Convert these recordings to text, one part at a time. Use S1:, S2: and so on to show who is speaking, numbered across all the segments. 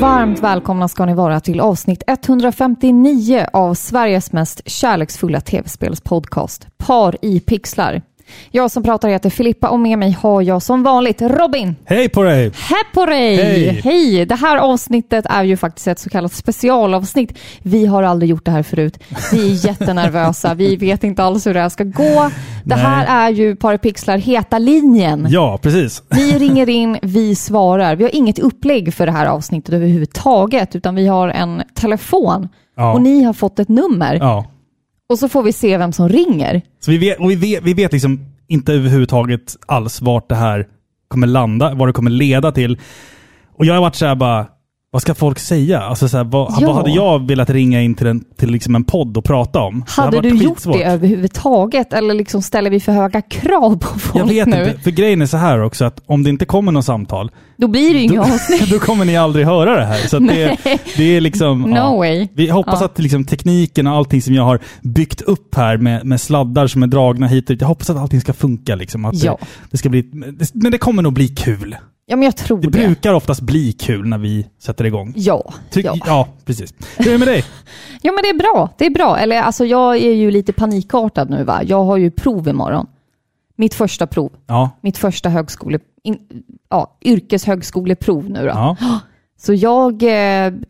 S1: Varmt välkomna ska ni vara till avsnitt 159 av Sveriges mest kärleksfulla tv-spelspodcast, Par i pixlar. Jag som pratar heter Filippa och med mig har jag som vanligt Robin.
S2: Hej på dig!
S1: Hej på dig!
S2: Hej!
S1: Hej! Det här avsnittet är ju faktiskt ett så kallat specialavsnitt. Vi har aldrig gjort det här förut. Vi är jättenervösa. Vi vet inte alls hur det här ska gå. Det här är ju Par i pixlar, heta linjen.
S2: Ja, precis.
S1: Vi ringer in, vi svarar. Vi har inget upplägg för det här avsnittet överhuvudtaget, utan vi har en telefon
S2: Ja.
S1: och ni har fått ett nummer.
S2: Ja.
S1: Och så får vi se vem som ringer.
S2: Så vi vet, och vi vet, vi vet liksom inte överhuvudtaget alls vart det här kommer landa, vad det kommer leda till. Och jag har varit så här bara, vad ska folk säga? Alltså så här, vad,
S1: Ja.
S2: vad hade jag velat ringa in till en, till liksom en podd och prata om? Det har
S1: Hade
S2: varit
S1: du gjort
S2: skitsvårt.
S1: det överhuvudtaget eller liksom ställer vi för höga krav på folk
S2: Jag vet
S1: nu?
S2: inte, för grejen är så här också att om det inte kommer något samtal,
S1: Då blir det ju inga
S2: då,
S1: avsnitt.
S2: då kommer ni aldrig höra det här. Så att det, det är liksom...
S1: No way.
S2: Vi hoppas
S1: Ja.
S2: att liksom tekniken och allting som jag har byggt upp här med, med sladdar som är dragna hit och dit, jag hoppas att allting ska funka. Liksom, att
S1: Ja.
S2: det, det ska bli, det- men det kommer nog bli kul.
S1: Ja, men jag tror
S2: Det
S1: det.
S2: brukar oftast bli kul när vi sätter igång.
S1: Ja,
S2: Ty-
S1: ja.
S2: ja, precis. Hur är det med dig?
S1: ja, men det är bra. Det är bra. Eller alltså, jag är ju lite panikartad nu va. Jag har ju prov imorgon. Mitt första prov.
S2: Ja.
S1: mitt första högskole, in, ja, yrkeshögskoleprov nu. Då.
S2: ja.
S1: Så jag, eh,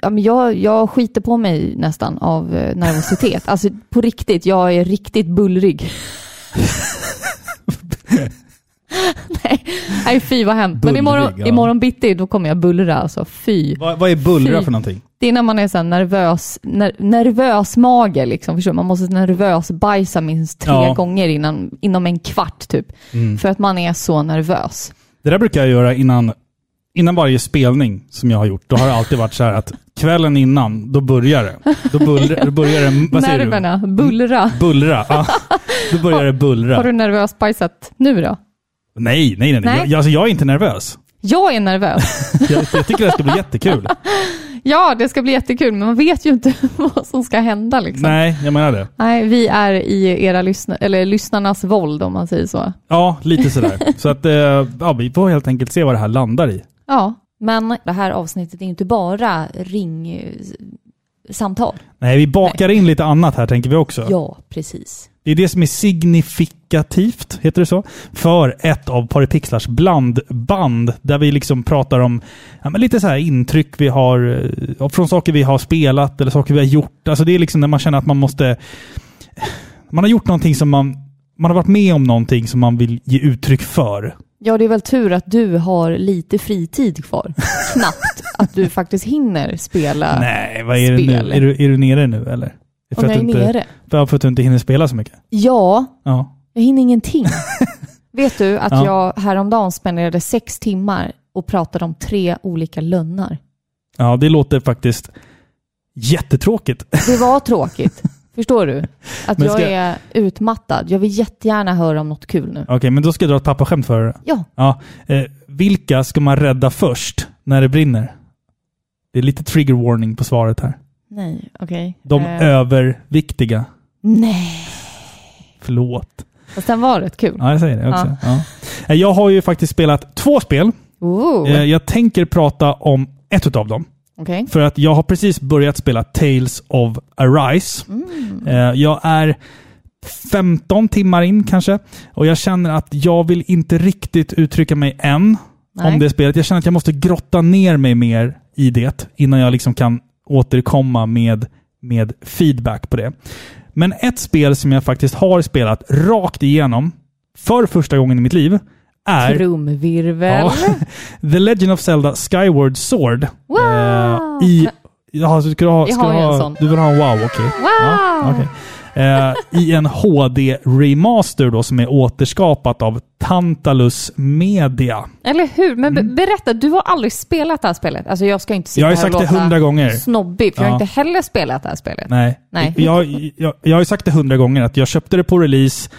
S1: ja, men jag, jag skiter på mig nästan av eh, nervositet. alltså på riktigt, jag är riktigt bullrig. nej, nej, fy vad hemskt. Men
S2: Bullrig,
S1: imorgon,
S2: ja.
S1: imorgon bitti, då kommer jag bullra. Alltså, fy.
S2: Vad, vad är bullra
S1: Fy.
S2: för någonting?
S1: Det är när man är så här nervös, ner, nervös mage. Liksom, förstår du? man måste nervös bajsa minst tre
S2: Ja. Mm.
S1: gånger innan, inom en kvart typ. För att man är så nervös.
S2: Det där brukar jag göra innan, innan varje spelning som jag har gjort. Då har det alltid varit så här att kvällen innan, då börjar det. Då, bullr, då börjar det... Vad säger du? Mm.
S1: Nerverna, bullra.
S2: Bullra. Ja. Då börjar det bullra.
S1: Har du nervös bajsat nu då?
S2: Nej, nej, nej.
S1: Nej.
S2: nej. Jag, alltså, jag är inte nervös.
S1: Jag är nervös.
S2: Jag, jag tycker det ska bli jättekul.
S1: Ja, det ska bli jättekul, men man vet ju inte vad som ska hända. Liksom. Nej.
S2: Nej, jag menar det.
S1: vi är i era lyssna- eller lyssnarnas våld om man säger så.
S2: Ja, lite sådär. Så att, eh, ja, vi får helt enkelt se vad det här landar i.
S1: Ja, men det här avsnittet är ju inte bara ringsamtal.
S2: Nej, vi bakar in lite annat här tänker vi också.
S1: Ja, precis.
S2: Det är det som är signifikativt, heter det så, för ett av Paripixlars blandband där vi liksom pratar om ja, men lite så här intryck vi har eh, från saker vi har spelat eller saker vi har gjort. Alltså det är liksom när man känner att man måste... Man har gjort någonting som man... Man har varit med om någonting som man vill ge uttryck för.
S1: Ja, det är väl tur att du har lite fritid kvar. Knappt att du faktiskt hinner spela
S2: Nej, vad är det
S1: Spel.
S2: nu? Är du, är du nere nu eller?
S1: Ah, om jag
S2: att
S1: är
S2: du inte,
S1: nere.
S2: Ja, för att du inte hinner spela så mycket?
S1: Ja,
S2: Ja.
S1: Jag hinner ingenting. Vet du att
S2: Ja.
S1: jag häromdagen spenderade sex timmar och pratade om tre olika lönnar.
S2: Ja, det låter faktiskt jättetråkigt.
S1: Det var tråkigt. Förstår du? Att
S2: Men ska-
S1: jag är utmattad. Jag vill jättegärna höra om något kul nu.
S2: Okej, men då ska jag dra ett pappaskämt för dig.
S1: Ja,
S2: Ja, eh, vilka ska man rädda först när det brinner? Det är lite trigger warning på svaret här.
S1: nej, okej.
S2: De
S1: Eh,
S2: överviktiga.
S1: nej.
S2: Förlåt.
S1: Fast den var rätt kul.
S2: Ja, jag säger det också. Ja. Eh, Jag har ju faktiskt spelat två spel.
S1: Ooh.
S2: Eh, Jag tänker prata om ett utav dem.
S1: Okej.
S2: För att jag har precis börjat spela Tales of Arise.
S1: Mm.
S2: Eh, Jag är 15 timmar in kanske. Och jag känner att jag vill inte riktigt uttrycka mig än
S1: Nej.
S2: om det spelet. Jag känner att jag måste grotta ner mig mer i det innan jag liksom kan återkomma med, med feedback på det. Men ett spel som jag faktiskt har spelat rakt igenom för första gången i mitt liv är
S1: Trumvirvel.
S2: Ja. The Legend of Zelda Skyward Sword.
S1: Wow!
S2: Eh, I... Jaha, så ska du ha,
S1: Jag
S2: ska
S1: har
S2: du
S1: ju en
S2: ha,
S1: sån.
S2: Du vill ha en wow, okej.
S1: Wow!
S2: Ja, okej. Eh, I en HD-remaster då som är återskapat av Tantalus Media.
S1: Eller hur? Men be- berätta, du har aldrig spelat det här spelet. Alltså jag ska inte sitta
S2: Mm. Jag har ju
S1: här och
S2: sagt det
S1: låta
S2: hundra gånger.
S1: snobbig, för jag har
S2: Ja.
S1: inte heller spelat det här spelet.
S2: Nej.
S1: Nej.
S2: Jag, jag, jag har ju sagt det hundra gånger att jag köpte det på release,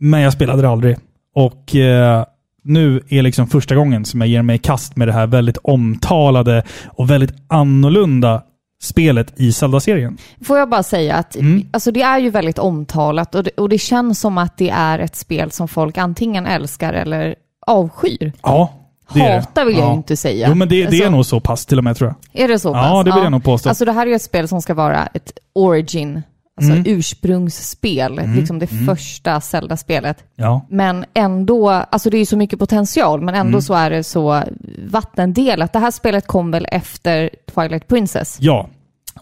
S2: men jag spelade det aldrig. Och eh, nu är liksom första gången som jag ger mig i kast med det här väldigt omtalade och väldigt annorlunda spelet i Zelda-serien.
S1: Får jag bara säga att
S2: Mm.
S1: alltså det är ju väldigt omtalat och det, och det känns som att det är ett spel som folk antingen älskar eller avskyr.
S2: Ja, Det är det.
S1: Hata vill jag
S2: Ja.
S1: ju inte säga.
S2: Jo, men det, det
S1: Alltså,
S2: är nog så pass till och med tror jag.
S1: Är det så pass?
S2: Ja, det vill jag nog påstå.
S1: Alltså det här är ju ett spel som ska vara ett origin, alltså
S2: Mm.
S1: ursprungsspel. Liksom det första Zelda-spelet.
S2: Ja.
S1: Men ändå, alltså det är ju så mycket potential, men
S2: Mm.
S1: ändå så är det så vattendelat. Det här spelet kom väl efter Twilight Princess?
S2: Ja.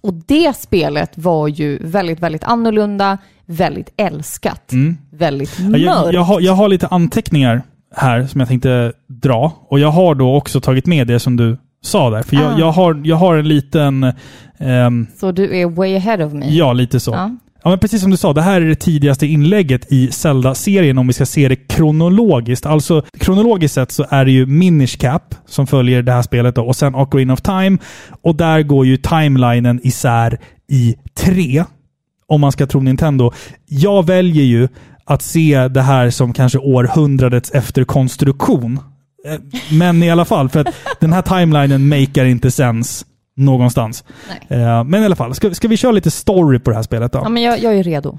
S1: Och det spelet var ju väldigt, väldigt annorlunda, väldigt älskat, väldigt
S2: Mm. Ja,
S1: mörkt.
S2: Jag, jag, har, jag har lite anteckningar här som jag tänkte dra. Och jag har då också tagit med det som du sa där. För jag,
S1: Ah.
S2: jag, har, jag har en liten... ehm,
S1: Så du är way ahead of me.
S2: ja, lite så.
S1: Ja.
S2: Ja, men precis som du sa, det här är det tidigaste inlägget i Zelda-serien om vi ska se det kronologiskt. Alltså, kronologiskt sett så är det ju Minish Cap som följer det här spelet då, och sen Ocarina of Time. Och där går ju timelinen isär i tre, om man ska tro Nintendo. Jag väljer ju att se det här som kanske århundradets efterkonstruktion. Eh, Men i alla fall, för att den här timelinen makear inte sens någonstans.
S1: Nej.
S2: Eh, Men i alla fall, ska, ska vi köra lite story på det här spelet då?
S1: Ja, men jag, jag är redo.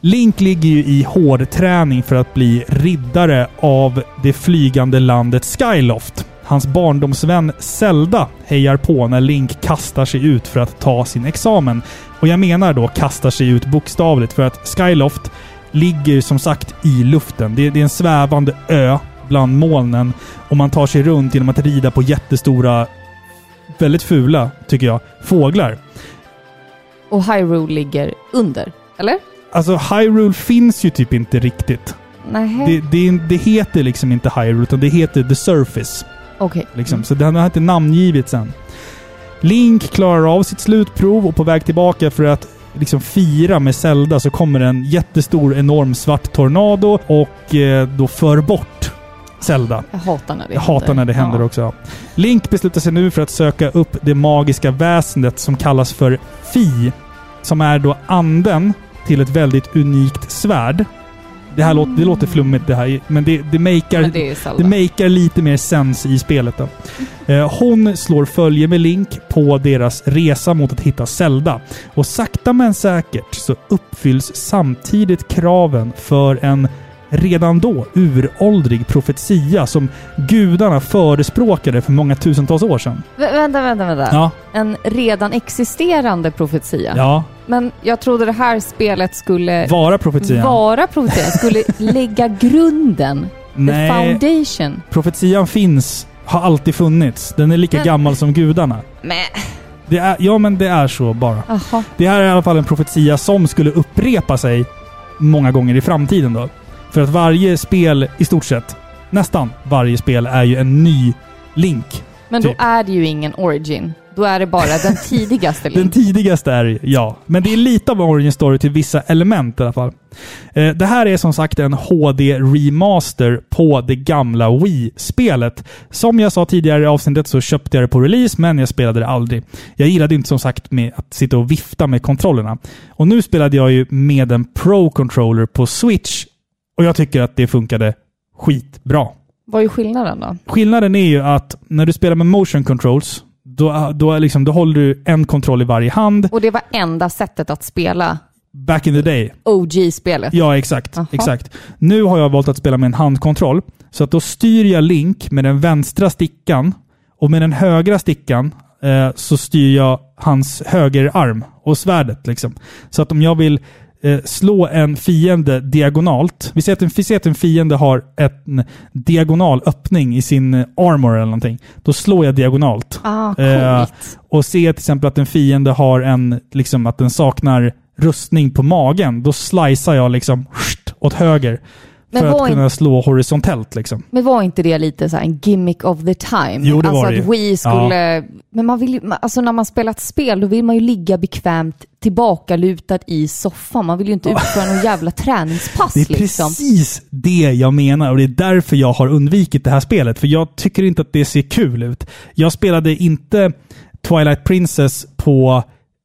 S2: Link ligger ju i hårdträning för att bli riddare av det flygande landet Skyloft. Hans barndomsvän Zelda hejar på när Link kastar sig ut för att ta sin examen. Och jag menar då kastar sig ut bokstavligt för att Skyloft ligger som sagt i luften. Det, det är en svävande ö bland molnen och man tar sig runt genom att rida på jättestora, väldigt fula tycker jag, fåglar.
S1: Och Hyrule ligger under, eller?
S2: Alltså Hyrule finns ju typ inte riktigt.
S1: Nej.
S2: Det, det, det heter liksom inte Hyrule, utan det heter The Surface.
S1: Okej.
S2: Liksom. Så den har inte namngivits än. Link klarar av sitt slutprov och på väg tillbaka för att liksom fira med Zelda så kommer en jättestor, enorm svart tornado och eh, då för bort Zelda.
S1: Jag hatar när det
S2: Jag hatar när det händer
S1: Ja.
S2: också. Link beslutar sig nu för att söka upp det magiska väsendet som kallas för Fi, som är då anden till ett väldigt unikt svärd. Det här låter, det låter flummigt det här, men det, det makear
S1: Mm. Men det är Zelda.
S2: det makear lite mer sens i spelet då. Eh, Hon slår följe med Link på deras resa mot att hitta Zelda. Och sakta men säkert så uppfylls samtidigt kraven för en redan då uråldrig profetia som gudarna förespråkade för många tusentals år sedan.
S1: Vä- vänta, vänta, vänta.
S2: Ja,
S1: En redan existerande profetia.
S2: ja.
S1: Men jag trodde det här spelet skulle
S2: Vara profetian.
S1: vara profetian, skulle lägga grunden, the
S2: Nej,
S1: foundation.
S2: profetian finns, har alltid funnits. Den är lika
S1: Men-
S2: gammal som gudarna.
S1: Men,
S2: Det är, ja, men det är så bara.
S1: jaha.
S2: Det här är i alla fall en profetia som skulle upprepa sig många gånger i framtiden då. För att varje spel, i stort sett, nästan varje spel är ju en ny Link.
S1: Men då
S2: Typ.
S1: är det ju ingen origin. Då är det bara den tidigaste
S2: Den
S1: link.
S2: tidigaste är ju- ja. Men det är lite av Origin Story till vissa element i alla fall. Eh, Det här är som sagt en HD-remaster på det gamla Wii-spelet. Som jag sa tidigare i avsnittet så köpte jag det på release, men jag spelade det aldrig. Jag gillade inte som sagt med att sitta och vifta med kontrollerna. Och nu spelade jag ju med en Pro-controller på Switch och jag tycker att det funkade skitbra.
S1: Vad är skillnaden då?
S2: Skillnaden är ju att när du spelar med motion controls, då, då, är liksom, då håller du en kontroll i varje hand
S1: Och det var enda sättet att spela
S2: back in the day.
S1: OG-spelet.
S2: Ja, exakt.
S1: Aha.
S2: exakt. Nu har jag valt att spela med en handkontroll. Så att då styr jag Link med den vänstra stickan och med den högra stickan eh, så styr jag hans högerarm och svärdet. Liksom. Så att om jag vill eh, slå en fiende diagonalt. Vi säger att en, vi säger att en fiende har en diagonal öppning i sin eh, armor eller någonting. Då slår jag diagonalt.
S1: Ah,
S2: Eh,
S1: coolt.
S2: Och ser jag till exempel att en fiende har en, liksom att den saknar rustning på magen, då slicear jag liksom sht, åt höger.
S1: Men
S2: för
S1: var
S2: att
S1: inte-
S2: kunna slå horisontellt liksom.
S1: Men var inte det lite så här en gimmick of the time?
S2: Jo, det
S1: alltså
S2: var
S1: att
S2: det ju.
S1: Wii skulle... Men man vill ju, ma- alltså när man spelar ett spel, då vill man ju ligga bekvämt tillbakalutad i soffan. Man vill ju inte utföra någon jävla träningspass
S2: Det är
S1: liksom.
S2: precis det jag menar och det är därför jag har undvikit det här spelet. För jag tycker inte att det ser kul ut. Jag spelade inte Twilight Princess på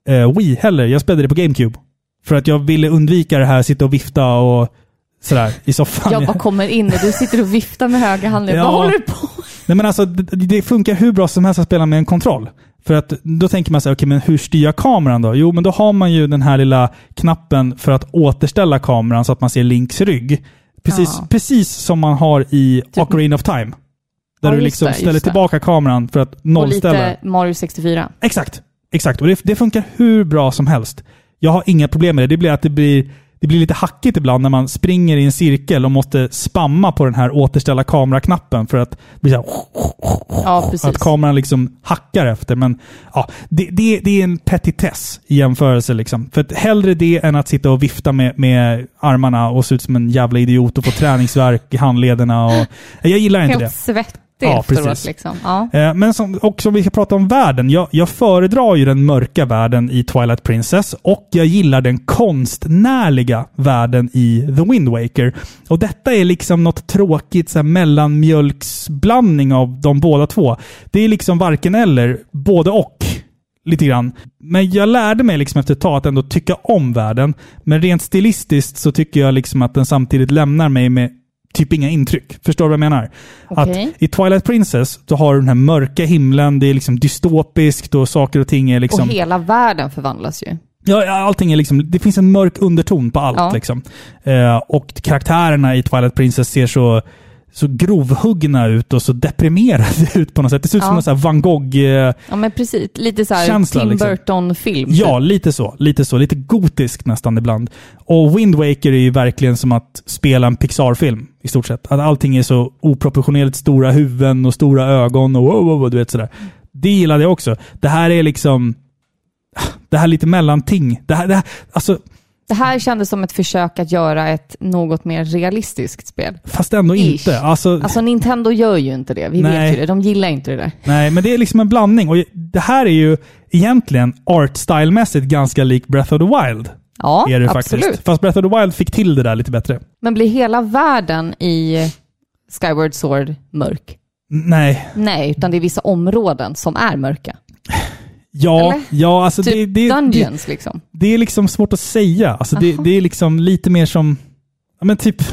S2: eh, Wii heller. Jag spelade det på GameCube. För att jag ville undvika det här, sitta och vifta och sådär i soffan.
S1: Jag bara kommer in och du sitter och viftar med höga handen.
S2: Ja.
S1: Vad håller du på med?
S2: Nej men alltså, det, det funkar hur bra som helst att spela med en kontroll. För att då tänker man så här, okej men hur styr jag kameran då? Jo men då har man ju den här lilla knappen för att återställa kameran så att man ser Links rygg. Precis,
S1: Ja.
S2: precis som man har i
S3: Typ-
S2: Ocarina of Time.
S3: Ja,
S2: Där du
S3: just
S2: liksom
S3: det, just
S2: ställer
S3: det.
S2: tillbaka kameran för att
S3: Och
S2: nollställa.
S3: lite Mario 64.
S2: Exakt. Exakt. Och det, det funkar hur bra som helst. Jag har inga problem med det. Det blir att det blir, det blir lite hackigt ibland när man springer i en cirkel och måste spamma på den här återställa kamera-knappen för att det blir så här,
S3: Ja, precis.
S2: att kameran liksom hackar efter. Men ja, det, det, det är en petitess i jämförelse. Liksom. För att hellre det än att sitta och vifta med, med armarna och se ut som en jävla idiot och få träningsvärk i handlederna. Och, jag gillar inte det.
S1: Helt svettig
S2: Ja,
S1: efteråt
S2: precis.
S1: liksom. Ja.
S2: Eh, Men som, och som vi ska prata om världen. Jag, jag föredrar ju den mörka världen i Twilight Princess och jag gillar den konstnärliga världen i The Wind Waker. Och detta är liksom något tråkigt så här, mellanmjölksblandning av de båda två. Det är liksom varken eller, både och. Lite grann. Men jag lärde mig liksom efter ett tag att ändå tycka om världen. Men rent stilistiskt så tycker jag liksom att den samtidigt lämnar mig med typ inga intryck. Förstår du vad jag menar?
S3: Okej.
S2: Att i Twilight Princess, då har du den här mörka himlen, det är liksom dystopiskt och saker och ting är
S1: Och
S2: liksom...
S1: hela världen förvandlas ju.
S2: Ja, ja, allting är liksom... Det finns en mörk underton på allt
S1: Ja.
S2: liksom. Eh, och karaktärerna i Twilight Princess ser så så grovhuggna ut och så deprimerade ut på något sätt. Det ser ut som
S1: Ja.
S2: en sån här van Gogh... Eh,
S3: Ja, men precis. Lite så här
S2: Känsla,
S3: Tim
S2: liksom.
S3: Burton-film.
S2: Ja,
S1: typ.
S2: lite så. Lite så. Lite gotisk nästan ibland. Och Wind Waker är ju verkligen som att spela en Pixar-film i stort sett. Att allting är så oproportionerligt stora huvuden och stora ögon och wow, wow, wow, du vet sådär. Det gillade jag också. Det här är liksom... Det här är lite mellanting. Det här, det här, alltså,
S1: Det här kändes som ett försök att göra ett något mer realistiskt spel.
S2: fast ändå
S1: Ish.
S2: inte. Alltså,
S3: Alltså Nintendo gör ju inte det. Vi
S2: Nej.
S3: vet ju det. De gillar inte det där.
S2: Nej, men det är liksom en blandning. Och det här är ju egentligen art style-mässigt ganska lik Breath of the Wild.
S1: Ja,
S2: är det
S1: absolut.
S2: faktiskt. Fast Breath of the Wild fick till det där lite bättre.
S1: Men blir hela världen i...
S3: Skyward Sword mörk.
S2: Nej,
S1: Nej, utan det är vissa områden som är mörka.
S2: Ja,
S1: Eller?
S2: ja alltså det,
S3: Typ
S2: det, det,
S3: Dungeons liksom.
S2: det är liksom svårt att säga. Alltså det,
S1: Aha.
S2: det är liksom lite mer som, ja men typ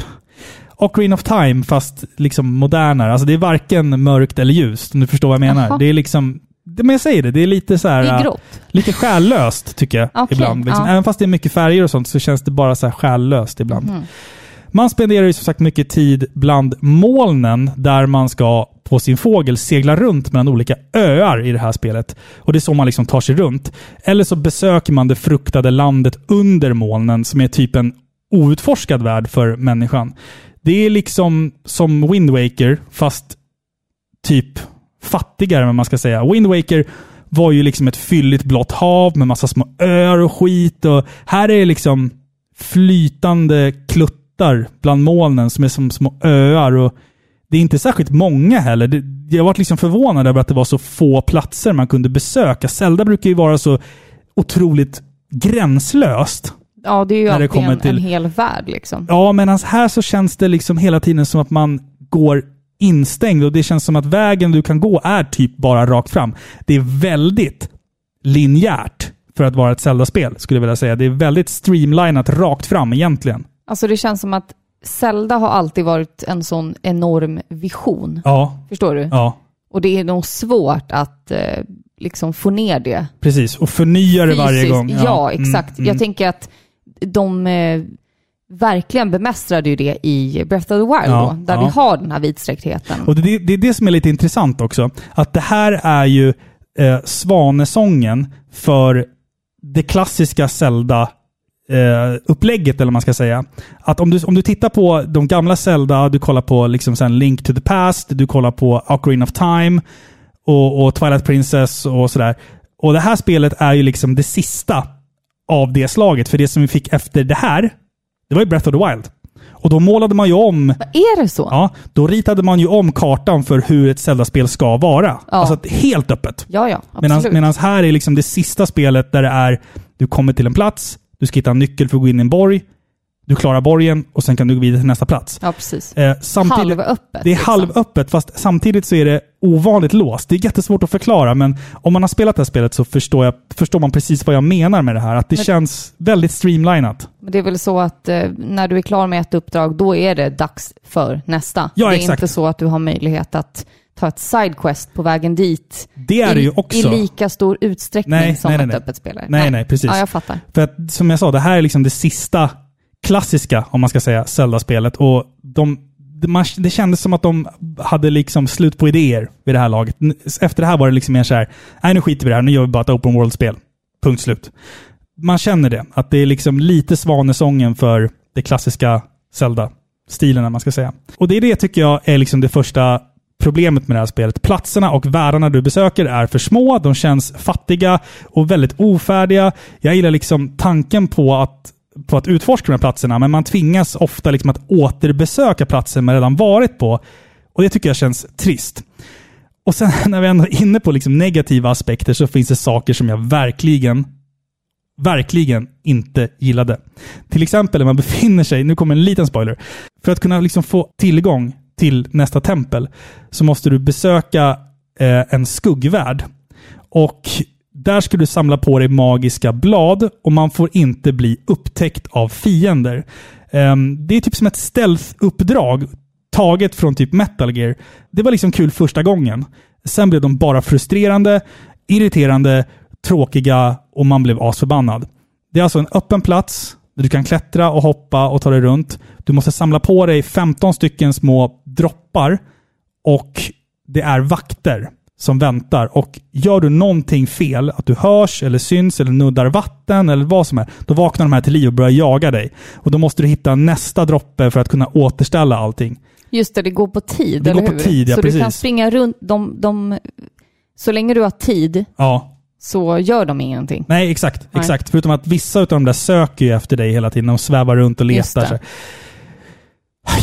S2: Ocarina of Time fast liksom modernare. Alltså det är varken mörkt eller ljust om du förstår vad jag menar.
S1: Aha.
S2: Det är liksom, det, men jag säger det, det är lite så här,
S1: Det är
S2: äh,
S1: grått.
S2: lite själlöst tycker jag
S1: Okej,
S2: ibland. Liksom.
S1: ja.
S2: Även fast det är mycket färger och sånt så känns det bara så här själlöst ibland.
S1: Mhm.
S2: Man spenderar ju som sagt mycket tid bland molnen där man ska på sin fågel segla runt mellan olika öar i det här spelet. Och det är så man liksom tar sig runt. Eller så besöker man det fruktade landet under molnen som är typ en outforskad värld för människan. Det är liksom som Wind Waker fast typ fattigare, vad man ska säga. Wind Waker var ju liksom ett fylligt blått hav med massa små öar och skit. Och här är det liksom flytande kluttar bland molnen som är som små öar. Och det är inte särskilt många heller. Det, jag varit liksom förvånad över att det var så få platser man kunde besöka. Zelda brukar ju vara så otroligt gränslöst.
S3: Ja, det är ju
S2: När det
S3: alltid
S2: kommer
S3: en,
S2: till-
S3: en hel värld liksom.
S2: Ja, medan här så känns det liksom hela tiden som att man går instängd och det känns som att vägen du kan gå är typ bara rakt fram. Det är väldigt linjärt för att vara ett Zelda-spel, skulle jag vilja säga. Det är väldigt streamlinat rakt fram egentligen.
S3: Alltså det känns som att Zelda har alltid varit en sån enorm vision.
S2: Ja,
S3: Förstår du?
S2: ja.
S3: Och det är nog svårt att eh, liksom få ner det
S2: Precis, och förnyar det varje
S3: fysiskt.
S2: gång. Mm.
S3: Ja, exakt. Jag tänker att de eh, verkligen bemästrade ju det i Breath of the Wild
S2: Ja,
S3: då, där
S2: ja.
S3: vi har den här vidsträcktheten.
S2: Och det, det är det som är lite intressant också. Att det här är ju eh, svanesången för det klassiska Zelda eh, upplägget, eller vad man ska säga. Att om du, om du tittar på de gamla Zelda, du kollar på liksom sen Link to the Past, du kollar på Ocarina of Time och, och Twilight Princess och sådär. Och det här spelet är ju liksom det sista av det slaget. För det som vi fick efter det här, det var ju Breath of the Wild. Och då målade man ju om
S3: Är det så?
S2: Ja, då ritade man ju om kartan för hur ett Zelda-spel ska vara.
S3: Ja.
S2: Alltså att helt öppet.
S3: Ja, ja,
S2: Medan
S3: absolut.
S2: medans här är liksom det sista spelet där det är, du kommer till en plats, du ska hitta en nyckel för att gå in i en borg, du klarar borgen och sen kan du gå vidare till nästa plats.
S3: Ja, precis.
S2: Eh, samtidigt,
S3: Halvöppet.
S2: det är
S3: liksom.
S2: halvöppet, fast samtidigt så är det ovanligt låst. Det är jättesvårt att förklara, men om man har spelat det här spelet så förstår, jag, förstår man precis vad jag menar med det här. Att det
S3: Men-
S2: känns väldigt streamlinat.
S3: Men det är väl så att eh, när du är klar med ett uppdrag, då är det dags för nästa.
S2: Ja,
S3: det är
S2: exakt.
S3: inte så att du har möjlighet att ta ett sidequest på vägen dit
S2: Det är det
S3: i,
S2: ju också.
S3: i lika stor utsträckning
S2: Nej,
S3: som
S2: nej, nej,
S3: ett
S2: nej.
S3: öppet spel är.
S2: nej, nej, precis.
S3: Ja, jag fattar.
S2: För att, som jag sa, det här är liksom det sista klassiska, om man ska säga, Zelda-spelet. Och de, det, man, det kändes som att de hade liksom slut på idéer vid det här laget. N- Efter det här var det liksom mer så här, nej nu skiter vi i det här, nu gör vi bara ett open world-spel. Punkt slut. Man känner det, att det är liksom lite svanesången för det klassiska Zelda-stilen, om man ska säga. Och det är det tycker jag är liksom det första problemet med det här spelet. Platserna och världarna du besöker är för små, de känns fattiga och väldigt ofärdiga. Jag gillar liksom tanken på att, på att utforska de här platserna, men man tvingas ofta liksom att återbesöka platser man redan varit på. Och det tycker jag känns trist. Och sen när vi ändå är inne på liksom negativa aspekter så finns det saker som jag verkligen, verkligen inte gillade. Till exempel när man befinner sig, nu kommer en liten spoiler, för att kunna liksom få tillgång till nästa tempel så måste du besöka eh, en skuggvärld. Och där ska du samla på dig magiska blad och man får inte bli upptäckt av fiender. Ehm, det är typ som ett stealth-uppdrag taget från typ Metal Gear. Det var liksom kul första gången. Sen blev de bara frustrerande, irriterande, tråkiga och man blev asförbannad. Det är alltså en öppen plats där du kan klättra och hoppa och ta dig runt. Du måste samla på dig 15 stycken små droppar och det är vakter som väntar. Och gör du någonting fel, att du hörs eller syns eller nuddar vatten eller vad som är, då vaknar de här till liv och börjar jaga dig. Och då måste du hitta nästa droppe för att kunna återställa allting.
S3: Just det, det går på tid,
S2: Det
S3: eller
S2: går på
S3: hur?
S2: tid, ja,
S3: så du kan
S2: precis.
S3: springa runt de, de... Så länge du har tid
S2: Ja,
S3: så gör de ingenting.
S2: Nej, exakt.
S3: Nej.
S2: exakt. Förutom att vissa av de där söker ju efter dig hela tiden. De svävar runt och
S3: Just
S2: letar.
S3: det.
S2: Så här.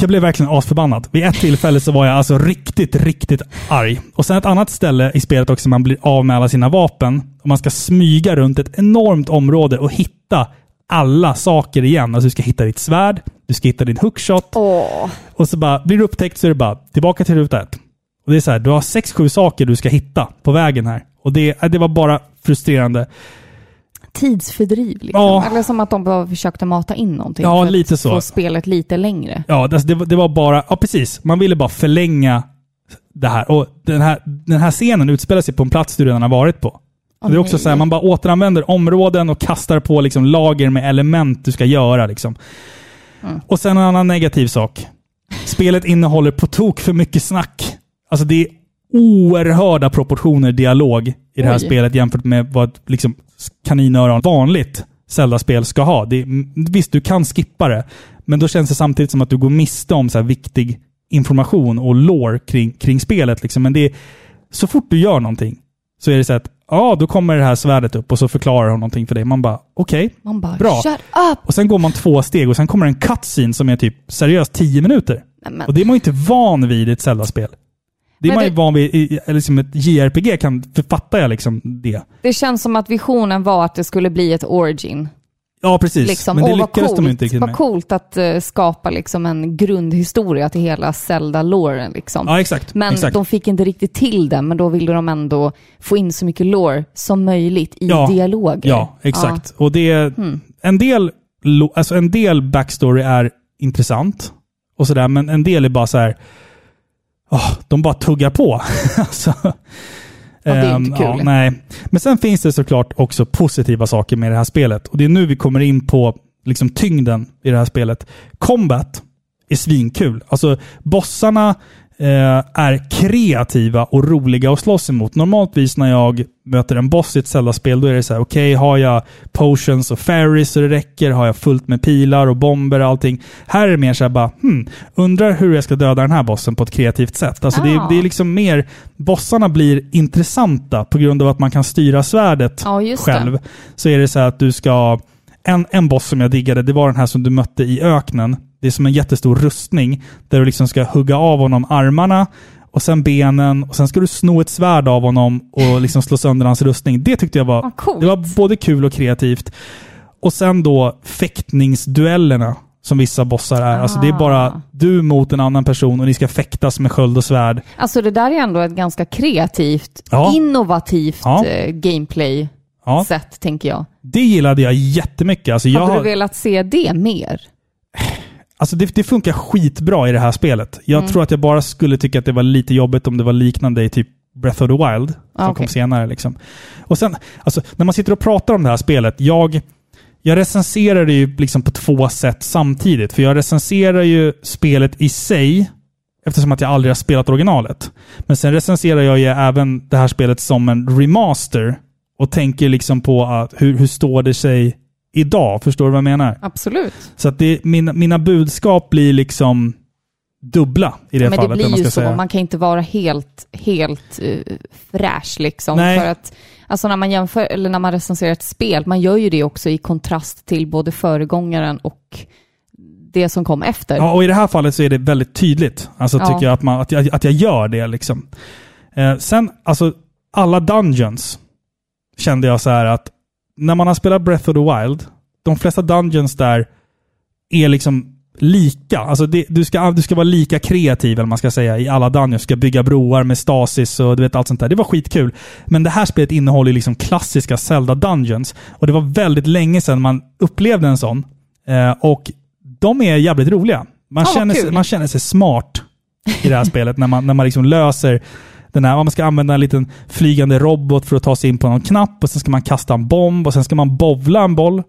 S2: Jag blev verkligen asförbannad. Vid ett tillfälle så var jag alltså riktigt, riktigt arg. Och sen ett annat ställe i spelet också, man blir av med alla sina vapen. Och man ska smyga runt ett enormt område och hitta alla saker igen. Alltså du ska hitta ditt svärd, du ska hitta din hookshot,
S1: Åh.
S2: och så bara, blir du upptäckt så är det bara tillbaka till ruta ett. Och det är så här, du har sex, sju saker du ska hitta på vägen här. Och det, äh, det var bara frustrerande.
S3: Tidsfördriv liksom.
S2: Ja.
S3: Eller som att de bara försökte mata in någonting
S2: Ja,
S3: för
S2: lite
S3: att
S2: så.
S3: få spelet lite längre.
S2: Ja, det, alltså, det var- det var bara, ja precis. Man ville bara förlänga det här. Och den här, den här scenen utspelar sig på en plats du redan har varit på.
S3: Åh,
S2: det är också
S3: nej.
S2: så här, man bara återanvänder områden och kastar på liksom lager med element du ska göra. Liksom. Och sen en annan negativ sak. Spelet innehåller på tok för mycket snack. Alltså det är oerhörda proportioner dialog i det här
S3: Oj.
S2: spelet jämfört med vad ett, liksom, kaninöron vanligt Zelda-spel ska ha. Det är, visst, du kan skippa det, men då känns det samtidigt som att du går miste om så här viktig information och lore kring, kring spelet. Liksom. Men det är, så fort du gör någonting så är det så här att ja, då kommer det här svärdet upp och så förklarar hon någonting för dig. Man bara okej.
S3: Man bara,
S2: Bra.
S3: shut up!
S2: Och sen går man två steg och sen kommer en cutscene som är typ seriöst 10 minuter.
S3: Nej, men-
S2: Och det är man ju inte van vid i ett Zelda-spel. Det är
S3: Men
S2: man
S3: det-
S2: ju van vid i i- liksom ett JRPG, kan, författar jag liksom det.
S3: Det känns som att visionen var att det skulle bli ett origin.
S2: Ja, precis.
S3: Liksom.
S2: Men det
S3: Åh, vad
S2: lyckades
S3: coolt,
S2: de ju inte riktigt
S3: Vad
S2: med.
S3: coolt att eh, skapa liksom en grundhistoria till hela Zelda-loren. Liksom.
S2: Ja, exakt.
S3: men
S2: exakt.
S3: de fick inte riktigt till det, men då ville de ändå få in så mycket lore som möjligt i Hmm.
S2: Ja.
S3: dialoger.
S2: Ja, exakt. Och det en, del, lo- alltså en del backstory är intressant, och sådär, men en del är bara så här. "Åh, de bara tuggar på. alltså,
S3: det är inte
S2: ehm,
S3: kul.
S2: nej. Men sen finns det såklart också positiva saker med det här spelet. Och det är nu vi kommer in på liksom, tyngden i det här spelet. Combat är svinkul. Alltså bossarna eh, är kreativa och roliga att slåss emot. Normaltvis när jag möter en boss i ett Zelda-spel, då är det så här, okej, har jag potions och fairies så det räcker? Har jag fullt med pilar och bomber och allting? Här är det mer så här bara, hmm, undrar hur jag ska döda den här bossen på ett kreativt sätt. Alltså det, är,
S3: Ah.
S2: det är liksom mer, bossarna blir intressanta på grund av att man kan styra svärdet
S3: Ja, just det.
S2: själv. Så är det så här att du ska, en, en boss som jag diggade, det var den här som du mötte i öknen. Det är som en jättestor rustning där du liksom ska hugga av honom armarna och sen benen och sen ska du sno ett svärd av honom och liksom slå sönder hans rustning. Det tyckte jag var,
S3: Vad coolt.
S2: det var både kul och kreativt. Och sen då fäktningsduellerna som vissa bossar är. Alltså det är bara
S3: Ah.
S2: du mot en annan person och ni ska fäktas med sköld och svärd.
S3: Alltså det där är ändå ett ganska kreativt,
S2: Ja.
S3: innovativt
S2: Ja.
S3: eh, gameplay-sätt,
S2: Ja,
S3: tänker jag.
S2: det gillade jag jättemycket. Alltså jag
S3: Hade
S2: har-
S3: du velat se det mer?
S2: Alltså det, det funkar skitbra i det här spelet. Jag
S1: Mm.
S2: tror att jag bara skulle tycka att det var lite jobbigt om det var liknande i typ Breath of the Wild, som
S1: Ah, okej.
S2: kom senare. Liksom. Och sen, alltså, när man sitter och pratar om det här spelet, jag, jag recenserar det ju liksom på två sätt samtidigt. För jag recenserar ju spelet i sig, eftersom att jag aldrig har spelat originalet. Men sen recenserar jag ju även det här spelet som en remaster och tänker liksom på att, hur, hur står det sig idag? Förstår du vad jag menar?
S1: Absolut.
S2: Så att det, mina, mina budskap blir liksom dubbla i det
S1: Men det
S2: fallet. om
S1: blir
S2: man
S1: ju
S2: ska
S1: så.
S2: säga.
S1: Man kan inte vara helt, helt eh, fräsch liksom.
S2: Nej.
S1: För att, alltså när man jämför, eller när man recenserar ett spel, man gör ju det också i kontrast till både föregångaren och det som kom efter.
S2: Ja, och i det här fallet så är det väldigt tydligt. Alltså
S1: Ja.
S2: tycker jag att, man, att, jag, att jag gör det liksom. Eh, sen, alltså alla dungeons kände jag så här att när man har spelat Breath of the Wild, de flesta dungeons där är liksom lika. Alltså det, du, ska, du ska vara lika kreativ, eller vad man ska säga, i alla dungeons. Du ska bygga broar med stasis och du vet allt sånt där. Det var skitkul. Men det här spelet innehåller ju liksom klassiska Zelda-dungeons. Och det var väldigt länge sedan man upplevde en sån. Eh, och de är jävligt roliga. Man,
S1: Ja, vad
S2: känner, sig,
S1: kul.
S2: man känner sig smart i det här spelet när man, när man liksom löser den här, man ska använda en liten flygande robot för att ta sig in på någon knapp och sen ska man kasta en bomb och sen ska man bovla en boll.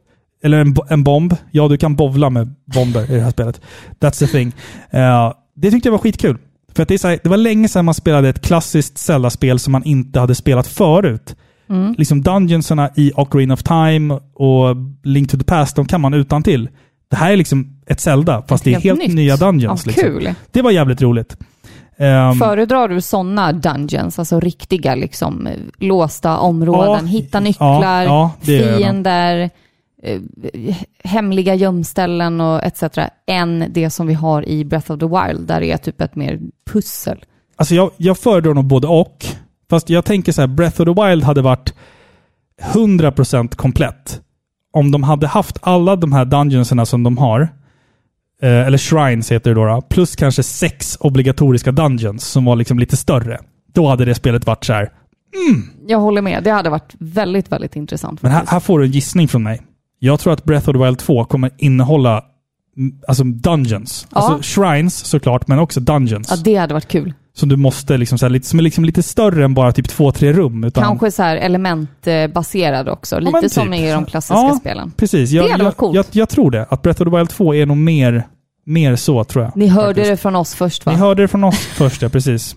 S2: Eller en, bo- en bomb. Ja, du kan bovla med bomber i det här spelet. That's the thing. Eh, det tyckte jag var skitkul. För att det, är så här, det var länge sedan man spelade ett klassiskt Zelda-spel som man inte hade spelat förut.
S1: Mm.
S2: Liksom Dungeonsarna i Ocarina of Time och Link to the Past, de kan man utan till. Det här är liksom ett Zelda, fast det är helt
S1: nytt.
S2: nya Dungeons.
S1: Ja,
S2: liksom.
S1: Kul.
S2: Det var jävligt roligt. Ehm,
S1: Föredrar du sådana dungeons, alltså riktiga liksom, eh, låsta områden,
S2: Ja,
S1: hitta nycklar,
S2: ja, ja, det gör jag nog.
S1: fiender, eh, hemliga gömställen och etc. än det som vi har i Breath of the Wild, där det är typ ett mer pussel.
S2: Alltså jag, jag föredrar nog både och. Fast jag tänker så här, Breath of the Wild hade varit 100% komplett om de hade haft alla de här dungeonserna som de har. Eh, eller shrines heter det då, då. Plus kanske sex obligatoriska dungeons som var liksom lite större. Då hade det spelet varit så här.
S1: Jag håller med, det hade varit väldigt, väldigt intressant.
S2: Men här,
S1: faktiskt.
S2: här får du en gissning från mig. Jag tror att Breath of the Wild 2 kommer innehålla mm, alltså dungeons.
S1: Ja.
S2: Alltså shrines såklart, men också dungeons.
S1: Ja, det hade varit kul.
S2: Som du måste liksom, så här, lite, som är liksom lite större än bara typ två, tre rum. Utan,
S1: Kanske så här elementbaserad också,
S2: men
S1: lite som
S2: typ.
S1: i de klassiska
S2: Ja.
S1: spelen.
S2: Precis. Jag,
S1: Det hade
S2: jag,
S1: varit coolt.
S2: Jag, jag tror det. Att Breath of the Wild 2 är nog mer, mer så, tror jag.
S1: Ni hörde
S2: Faktiskt.
S1: det från oss först va?
S2: Ni hörde det från oss först, ja, precis.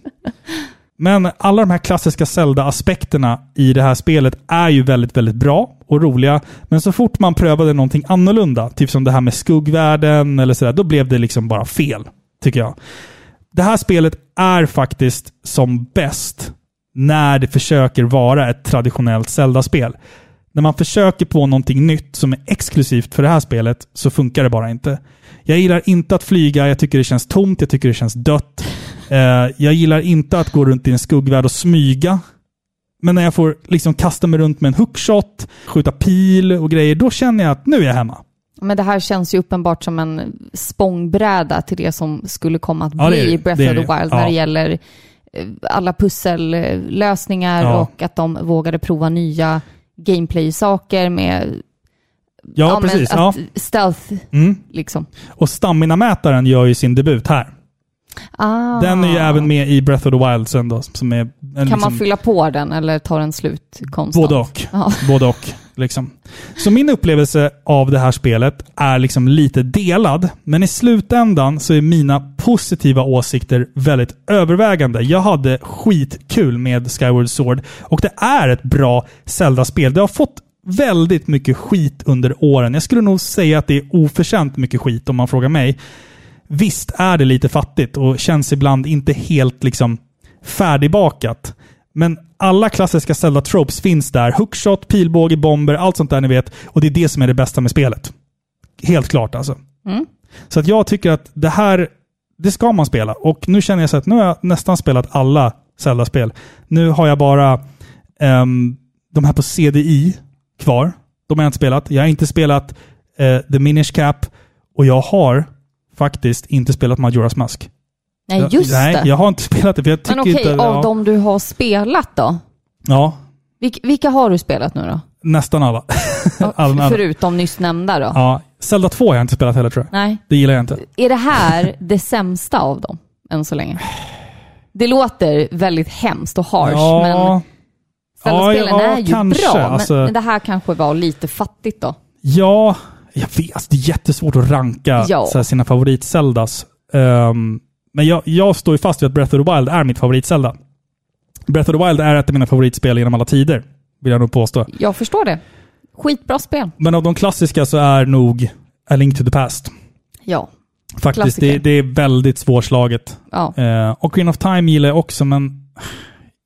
S2: Men alla de här klassiska Zelda-aspekterna i det här spelet är ju väldigt, väldigt bra och roliga. Men så fort man prövade någonting annorlunda, typ som det här med skuggvärlden eller sådär, då blev det liksom bara fel, tycker jag. Det här spelet är faktiskt som bäst när det försöker vara ett traditionellt Zelda-spel. När man försöker på någonting nytt som är exklusivt för det här spelet så funkar det bara inte. Jag gillar inte att flyga, jag tycker det känns tomt, jag tycker det känns dött. Eh, jag gillar inte att gå runt i en skuggvärld och smyga. Men när jag får liksom kasta mig runt med en hookshot, skjuta pil och grejer, då känner jag att nu är jag hemma.
S1: Men det här känns ju uppenbart som en språngbräda till det som skulle komma att bli
S2: Ja, det är det.
S1: i Breath
S2: Det är
S1: of the
S2: det.
S1: Wild när det
S2: Ja.
S1: gäller eh, alla pussellösningar
S2: Ja.
S1: och att de vågade prova nya gameplay-saker med
S2: Ja,
S1: men
S2: precis. Ja.
S1: att stealth.
S2: Mm.
S1: Liksom.
S2: Och stamina-mätaren gör ju sin debut här.
S1: Ah.
S2: Den är ju även med i Breath of the Wild sen då, som är en
S1: Kan
S2: liksom,
S1: man fylla på den eller tar den slut konstant?
S2: både och.
S1: Ja.
S2: Både och. Liksom. Så min upplevelse av det här spelet är liksom lite delad, men i slutändan så är mina positiva åsikter väldigt övervägande. Jag hade skitkul med Skyward Sword och det är ett bra Zelda-spel. Det har fått väldigt mycket skit under åren. Jag skulle nog säga att det är oförtjänt mycket skit om man frågar mig. Visst är det lite fattigt och känns ibland inte helt liksom färdigbakat. Men alla klassiska Zelda-tropes finns där. Hookshot, pilbåge, bomber, allt sånt där ni vet. Och det är det som är det bästa med spelet. Helt klart alltså.
S1: Mm.
S2: Så att jag tycker att det här, det ska man spela. Och nu känner jag så att nu har jag nästan spelat alla Zelda-spel. Nu har jag bara ehm, de här på CDI kvar. De har jag inte spelat. Jag har inte spelat eh, The Minish Cap och jag har faktiskt inte spelat Majoras Mask.
S1: Nej, just
S2: jag,
S1: det.
S2: Nej, jag har inte spelat det för jag tycker
S1: men okej,
S2: inte...
S1: av
S2: ja,
S1: de du har spelat då?
S2: ja.
S1: Vilk, vilka har du spelat nu då?
S2: Nästan alla.
S1: Ja,
S2: Alla-
S1: Förutom nyss nämnda då.
S2: Ja. Zelda 2 har jag inte spelat heller tror jag.
S1: Nej.
S2: Det gillar jag inte.
S1: Är det här det sämsta av dem än så länge? Det låter väldigt hemskt och harsh, men Zelda-spelen
S2: ja,
S1: är ju
S2: kanske,
S1: bra. Men,
S2: alltså.
S1: men det här kanske var lite fattigt då.
S2: Ja, jag vet. Det är jättesvårt att ranka
S1: Ja.
S2: så här, sina favorit-Zeldas. Ehm, men jag, jag står ju fast vid att Breath of the Wild är mitt favorit-Zelda. Breath of the Wild är ett av mina favoritspel genom alla tider, vill jag nog påstå.
S1: Jag förstår det. Skitbra spel.
S2: Men av de klassiska så är nog A Link to the Past.
S1: Ja.
S2: Faktiskt,
S1: Klassiker.
S2: det, det är väldigt svårslaget.
S1: ja.
S2: Uh, Ocarina of Time gillar jag också, men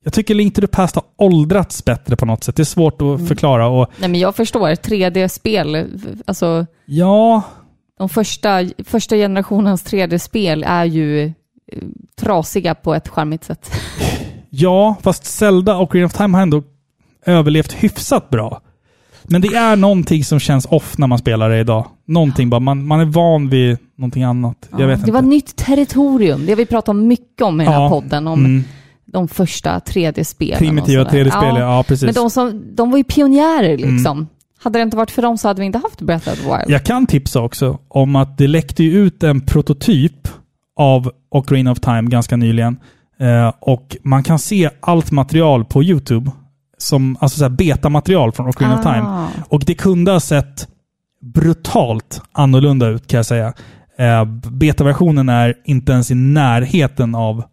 S2: jag tycker Link to the Past har åldrats bättre på något sätt. Det är svårt att
S1: Mm.
S2: förklara. Och,
S1: Nej, men jag förstår. 3D-spel, alltså
S2: ja,
S1: de första, första generationens 3D-spel är ju eh, trasiga på ett charmigt säät.
S2: Ja, fast Zelda och Green of Time har ändå överlevt hyfsat bra. Men det är någonting som känns off när man spelar det idag. Någonting bara. Man, man är van vid någonting annat. jag vet
S1: det var
S2: inte.
S1: nytt territorium. Det har vi pratat om mycket om i den här
S2: Ja.
S1: podden, om
S2: Mm.
S1: de första 3D-spelen. och
S2: Primitiva
S1: sådär.
S2: 3D-spel, ja. precis. Mm.
S1: Men de, som, de var ju pionjärer liksom. Hade det inte varit för dem så hade vi inte haft Breath of the Wild.
S2: Jag kan tipsa också om att det läckte ju ut en prototyp av Ocarina of Time ganska nyligen. Eh, och man kan se allt material på YouTube. Som, alltså så här betamaterial från Ocarina of Time.
S1: Ah.
S2: Och det kunde ha sett brutalt annorlunda ut kan jag säga. Eh, betaversionen är inte ens i närheten av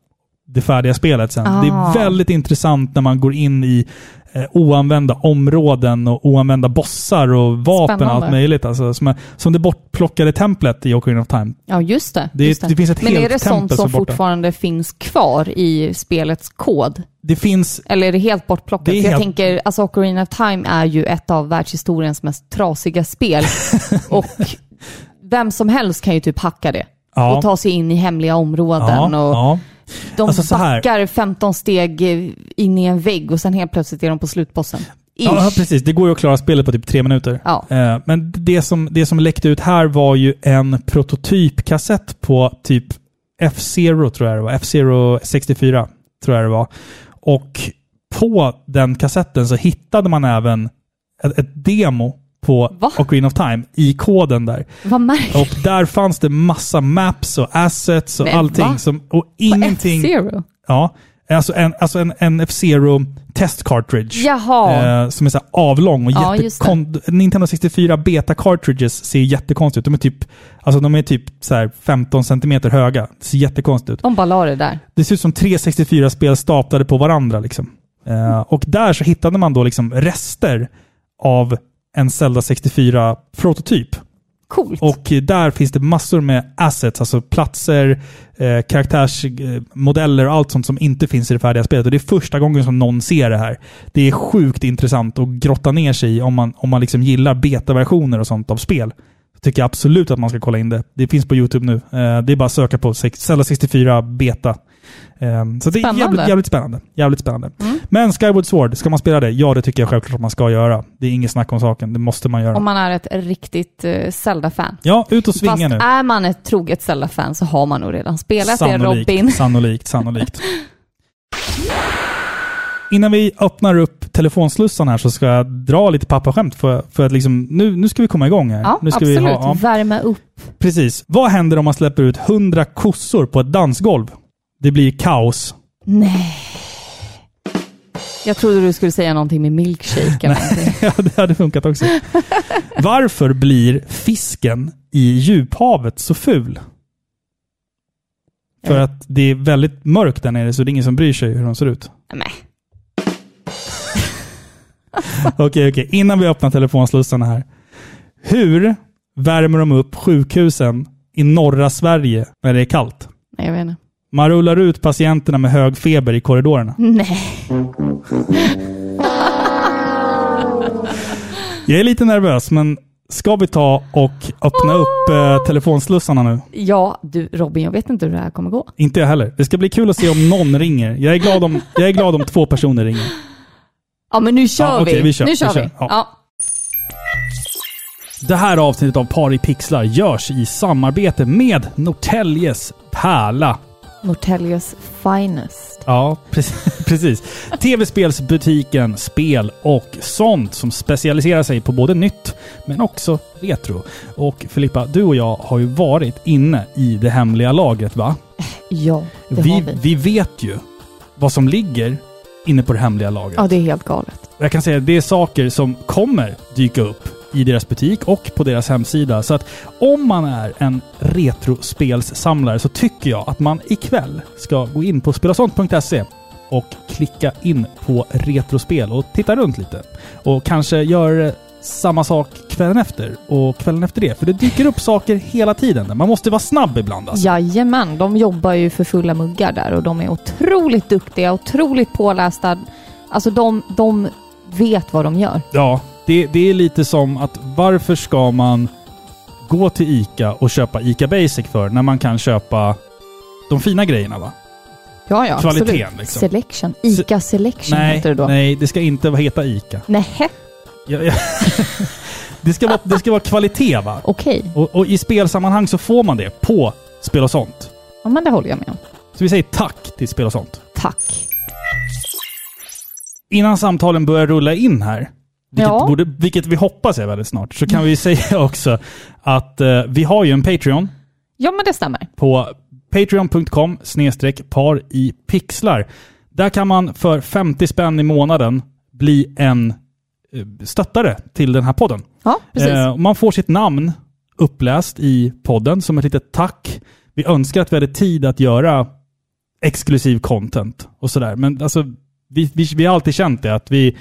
S2: det färdiga spelet sen.
S1: Ah.
S2: Det är väldigt intressant när man går in i eh, oanvända områden och oanvända bossar och vapen och
S1: Spännande.
S2: allt möjligt. Alltså, som, är, som det bortplockade templet i Ocarina of Time.
S1: Ja, just det.
S2: Det,
S1: just
S2: det. finns ett
S1: Men är
S2: helt
S1: det sånt
S2: tempel
S1: som
S2: som borta.
S1: fortfarande finns kvar i spelets kod?
S2: Det finns...
S1: Eller är det helt bortplockat?
S2: Det är
S1: För Jag
S2: helt-
S1: tänker, alltså Ocarina of Time är ju ett av världshistoriens mest trasiga spel. och vem som helst kan ju typ hacka det.
S2: Ja.
S1: Och ta sig in i hemliga
S2: Ja,
S1: områden. och
S2: ja.
S1: De
S2: Alltså, så här.
S1: backar 15 steg eh, in i en vägg och sen helt plötsligt är de på slutbossen. Ish.
S2: Ja, precis. Det går ju att klara spelet på typ tre minuter.
S1: Ja.
S2: Eh, Men det som, det som läckte ut här var ju en prototypkassett på typ F-Zero, tror jag det var. F-Zero 64, tror jag det var. Och på den kassetten så hittade man även ett, ett demo på
S1: Va?
S2: Ocarina of Time i koden där.
S1: Vad märkligt.
S2: Och där fanns det massa maps och assets och
S1: Men
S2: allting.
S1: va?
S2: Som, och ingenting...
S1: F-Zero?
S2: Ja. Alltså en, alltså en, en F-Zero test cartridge.
S1: Jaha.
S2: Eh, som är så här avlång och
S1: Ja, just det.
S2: jättekon- Nintendo 64 beta cartridges ser jättekonstigt ut. De är typ, alltså de är typ så här 15 centimeter höga. Det ser jättekonstigt ut.
S1: De bara la det där.
S2: Det ser ut som tre 64-spel staplade på varandra. Liksom. Eh, och där så hittade man då liksom rester av en Zelda 64-prototyp.
S1: Coolt.
S2: Och eh, där finns det massor med assets, alltså platser, eh, karaktärsmodeller och allt sånt som inte finns i det färdiga spelet. Och det är första gången som någon ser det här. Det är sjukt intressant att grotta ner sig i om man, om man liksom gillar betaversioner och sånt av spel. Jag tycker absolut att man ska kolla in det. Det finns på YouTube nu. Eh, det är bara att söka på sex- Zelda 64 beta. Eh, så det är
S1: Spännande.
S2: jävligt, jävligt spännande. Jävligt spännande.
S1: Mm.
S2: Men Skyward Sword, ska man spela det? Ja, det tycker jag självklart att man ska göra. Det är inget snack om saken. Det måste man göra.
S1: Om man är ett riktigt eh, Zelda-fan.
S2: Ja, ut och svinga
S1: Fast
S2: nu.
S1: är man ett troget Zelda-fan så har man nog redan spelat det,
S2: sannolikt,
S1: Robin.
S2: Sannolikt, sannolikt. Innan vi öppnar upp telefonslussan här så ska jag dra lite pappaskämt för, för att liksom, nu, nu ska vi komma igång här.
S1: Ja,
S2: nu ska
S1: absolut.
S2: Vi ha, ja,
S1: Värma upp.
S2: precis. Vad händer om man släpper ut 100 kossor på ett dansgolv? Det blir kaos.
S1: Nej. Jag trodde du skulle säga någonting med milkshake eller någonting.
S2: Ja, det hade funkat också. Varför blir fisken i djuphavet så ful? För
S1: Ja.
S2: att det är väldigt mörkt där nere så det är ingen som bryr sig hur de ser ut.
S1: Nej.
S2: Okej, okej. Innan vi öppnar telefonslussarna här. Hur värmer de upp sjukhusen i norra Sverige när det är kallt?
S1: Nej, jag vet inte.
S2: Man rullar ut patienterna med hög feber i korridorerna.
S1: Nej.
S2: Jag är lite nervös, men ska vi ta och öppna upp eh, telefonslussarna nu?
S1: Ja, du Robin, jag vet inte hur det här kommer gå.
S2: Inte jag heller. Det ska bli kul att se om någon ringer. Jag är glad om, jag är glad om två personer ringer.
S1: Ja, men nu kör
S2: Ja, okej,
S1: vi.
S2: vi kör,
S1: Nu
S2: vi
S1: kör vi.
S2: kör. Ja.
S1: Ja.
S2: Det här avsnittet av Par i pixlar görs i samarbete med Norrtäljes Pärla.
S1: Norrtäljes finest.
S3: Podcast.
S2: Ja, precis. precis. Tv-spelsbutiken Spel och sånt som specialiserar sig på både nytt men också retro. Och Filippa, du och jag har ju varit inne i det hemliga lagret va?
S3: Ja, det har
S2: Vi,
S3: vi.
S2: vi vet ju vad som ligger inne på det hemliga lagret.
S3: Ja, det är helt galet.
S2: Jag kan säga att det är saker som kommer dyka upp i deras butik och på deras hemsida. Så att om man är en retrospelssamlare så tycker jag att man ikväll ska gå in på spelasont.se och klicka in på retrospel och titta runt lite. Och kanske gör samma sak kvällen efter och kvällen efter det. För det dyker upp saker hela tiden. Man måste vara snabb ibland alltså.
S1: Jajamän, de jobbar ju för fulla muggar där och de är otroligt duktiga, otroligt pålästa. Alltså de, de vet vad de gör.
S2: Ja, det, det är lite som att varför ska man gå till ICA och köpa ICA Basic för när man kan köpa de fina grejerna va?
S1: Ja, ja, absolut.
S2: Kvaliteten liksom.
S1: Selection. ICA Selection
S2: Nej,
S1: heter det då.
S2: nej, det ska inte heta ICA.
S1: Nähä,
S2: Jag, jag det, ska vara, det ska vara kvalitet va?
S1: okej.
S2: Och, och i spelsammanhang så får man det på Spel och sånt.
S1: Ja, men det håller jag med om.
S2: Så vi säger tack till Spel och sånt.
S1: Tack.
S2: Innan samtalen börjar rulla in här, vilket,
S1: Ja. Mm.
S2: borde, vilket vi hoppas är väldigt snart, så kan vi säga också att eh, vi har ju en Patreon.
S1: Ja, men det stämmer.
S2: på patreon.com snedstreck par i pixlar. Där kan man för 50 spänn i månaden bli en eh, stöttare till den här podden.
S1: Ja, precis.
S2: Eh, och Man får sitt namn uppläst i podden som ett litet tack. Vi önskar att vi hade tid att göra exklusiv content och sådär. Men alltså, vi, vi, vi har alltid känt det att vi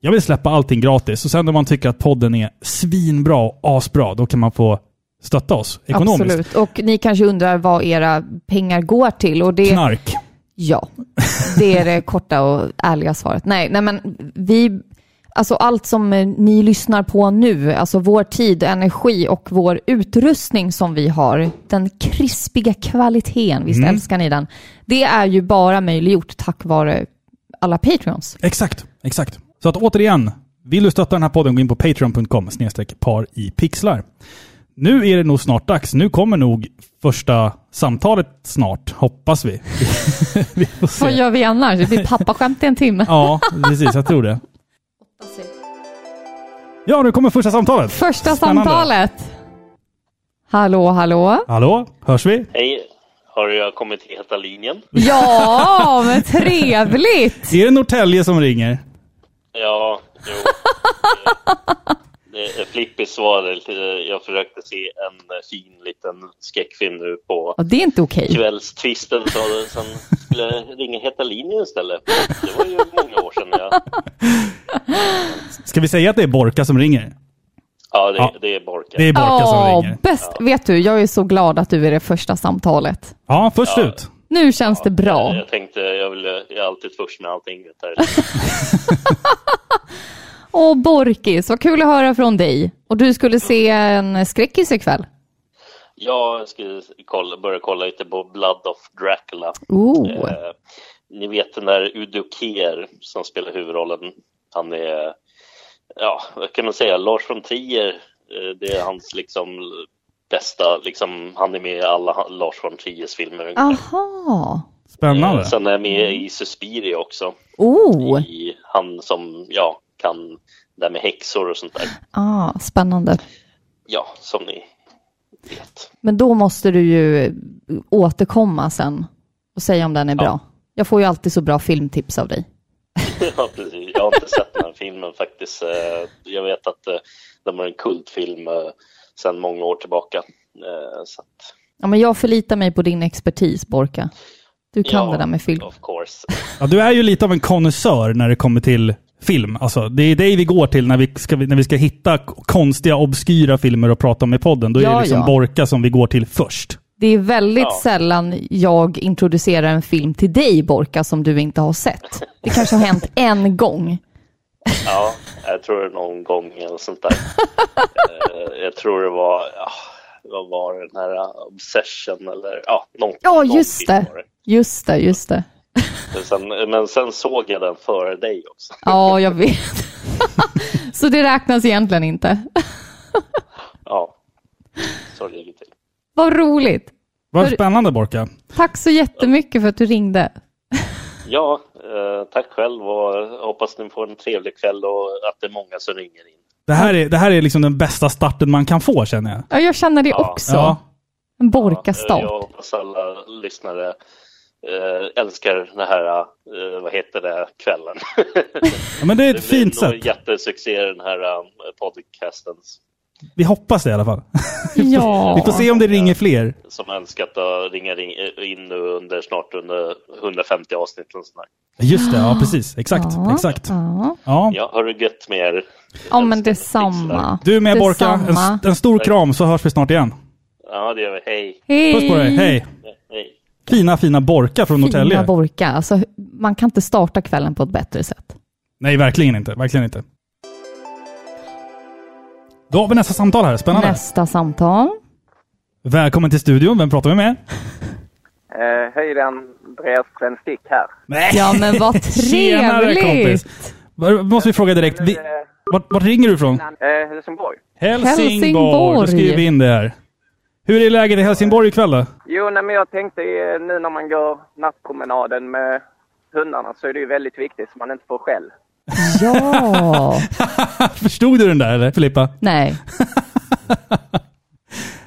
S2: jag vill släppa allting gratis och sen om man tycker att podden är svinbra och asbra, då kan man få stötta oss ekonomiskt.
S1: Absolut. Och ni kanske undrar vad era pengar går till. Och det,
S2: Knark.
S1: Ja, det är det korta och ärliga svaret. Nej, nej men vi, alltså allt som eh, ni lyssnar på nu, alltså vår tid, energi och vår utrustning som vi har, den krispiga kvaliteten, visst
S2: Mm.
S1: älskar ni den? Det är ju bara möjliggjort tack vare alla Patreons.
S2: Exakt, exakt. Så att återigen, vill du stötta den här podden, gå in på patreon.com snedstreck par i pixlar. Nu är det nog snart dags. Nu kommer nog första samtalet snart, hoppas vi. vi får
S1: Vad
S2: se.
S1: gör vi annars? Det blir pappaskämt i en timme.
S2: Ja, precis. Jag tror det. Ja, nu kommer första samtalet.
S1: Första
S2: Spännande.
S1: samtalet. Hallå, hallå.
S2: Hallå, hörs vi?
S4: Hej, har jag kommit till Heta linjen?
S1: Ja, men trevligt.
S2: Är det Norrtälje som ringer?
S4: Ja, jo. Det det är flippigt svar. Jag försökte se en fin liten skräckfilm nu på
S1: Ja, Det är inte okej.
S4: kvällstvisten. Så sen skulle jag ringa Heta linjen istället. Det var ju många år sedan. Jag...
S2: Ska vi säga att det är Borka som ringer?
S4: Ja, det,
S2: Ja.
S4: det är Borka.
S2: Det är Borka
S1: Ja,
S2: som ringer.
S1: bäst. Vet du, jag är så glad att du är det första samtalet.
S2: Ja, först ut.
S1: Nu känns det bra.
S4: Jag tänkte, jag, vill, jag är alltid först med allting. Vet du.
S1: Åh, Borkis, vad kul att höra från dig. Och du skulle se en skräckis ikväll.
S4: Jag skulle kolla, börja kolla lite på Blood of Dracula.
S1: Oh.
S4: Eh, ni vet den där Udo Kier som spelar huvudrollen. Han är, ja, vad kan man säga, Lars von Trier. Eh, det är hans liksom bästa, liksom, han är med i alla ha- Lars von Triers filmer. ungefär.
S1: Aha.
S2: Spännande.
S4: Eh, sen är han med i Suspiria också.
S1: Oh.
S4: I, han som, ja, kan det här med häxor och sånt där.
S1: Ah, spännande.
S4: Ja, som ni vet.
S1: Men då måste du ju återkomma sen och säga om den är bra. Jag får ju alltid så bra filmtips av dig.
S4: Ja, precis. Jag har inte sett den här filmen faktiskt. Eh, Jag vet att eh, den var en kultfilm eh, sedan många år tillbaka. Eh, Så att,
S1: Ja, men jag förlitar mig på din expertis, Borka. Du kan
S4: ja,
S1: det där med film.
S4: Of course.
S2: Ja, du är ju lite av en konnässör när det kommer till film. Alltså, det är dig vi går till när vi ska, när vi ska hitta k- konstiga, obskyra filmer och prata om i podden. Då är
S1: Ja,
S2: det liksom
S1: ja.
S2: Borka som vi går till först.
S1: Det är väldigt
S4: Ja.
S1: sällan jag introducerar en film till dig, Borka, som du inte har sett. Det kanske har hänt en gång.
S4: Ja, jag tror det någon gång eller sånt där. Eh, Jag tror det var, ja, vad var det, den här eh, Obsession eller ja, någon
S1: Ja,
S4: någon
S1: just
S4: film
S1: det.
S4: var
S1: Just det, just det.
S4: Men sen, men sen såg jag den före dig också.
S1: Ja, jag vet. Så det räknas egentligen inte.
S4: Ja, så ligger det till.
S1: Vad roligt.
S2: Vad
S1: Hör-
S2: spännande Borka.
S1: Tack så jättemycket för att du ringde.
S4: Ja, eh, tack själv och hoppas ni får en trevlig kväll och att det är många som ringer in.
S2: Det här är, det här är liksom den bästa starten man kan få känner jag.
S1: Ja, jag känner det
S4: Ja.
S1: också. En
S4: Ja, eh,
S1: Borkastart.
S4: Jag hoppas alla lyssnare eh, älskar den här, eh, vad heter det, kvällen.
S2: Ja, men det är ett
S4: blir
S2: fint
S4: nog
S2: sätt.
S4: jättesuccé den här eh, podcasten
S2: Vi hoppas det i alla fall. Vi
S1: Ja.
S2: får se om det ringer fler.
S4: som önskat att ringa ring- eh, in nu under snart under 150 avsnitt. Och sånt där.
S2: Just det, ja precis. Exakt.
S1: Ja.
S2: exakt.
S1: Ja,
S2: Ja.
S4: Ja, har du gött med er?
S1: ja men detsamma.
S2: Du är med Borka, en,
S1: Detsamma.
S2: st- en stor kram så hörs vi snart igen.
S4: Ja, det gör vi. Hej!
S1: Hej!
S2: Puss på dig, hej!
S4: Hej.
S2: Fina, fina Borka från
S1: Fina
S2: Norrtälje.
S1: Borka. Alltså, man kan inte starta kvällen på ett bättre sätt.
S2: Nej, verkligen inte. Verkligen inte. Då har vi nästa samtal här. Spännande.
S1: Nästa samtal.
S2: Välkommen till studion. Vem pratar vi med?
S5: Eh, hej, det är Andreas Svenstick här.
S2: Nej.
S1: Ja, men vad
S2: Tjenare,
S1: trevligt!
S2: kompis. Var- Måste vi fråga direkt. Vi, vart, vart ringer du ifrån?
S5: Eh, Helsingborg.
S2: Helsingborg. Då skriver vi in det här. Hur är läget i Helsingborg ikväll då?
S5: Jo, nej, men jag tänkte eh, nu när man går nattpromenaden med hundarna så är det ju väldigt viktigt så man inte får skäll.
S1: Ja!
S2: Förstod du den där eller Filippa?
S3: Nej.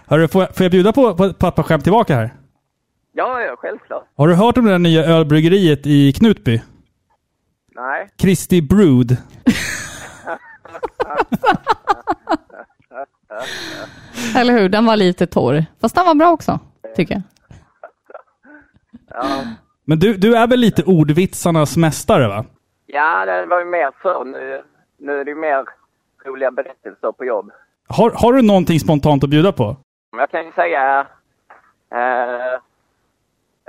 S2: Hörru, får, jag, får jag bjuda på, på ett pappaskämt tillbaka här?
S5: Ja, ja, självklart.
S2: Har du hört om det där nya ölbryggeriet i Knutby?
S5: Nej.
S2: Christie Brood.
S3: Eller hur? Den var lite torr. Fast den var bra också, tycker jag.
S5: Ja,
S2: Men du, du är väl lite ordvitsarnas mästare va?
S5: ja det var ju mer förr. Nu, nu är det ju mer roliga berättelser på jobb.
S2: Har, har du någonting spontant att bjuda på?
S5: Men jag kan ju säga eh,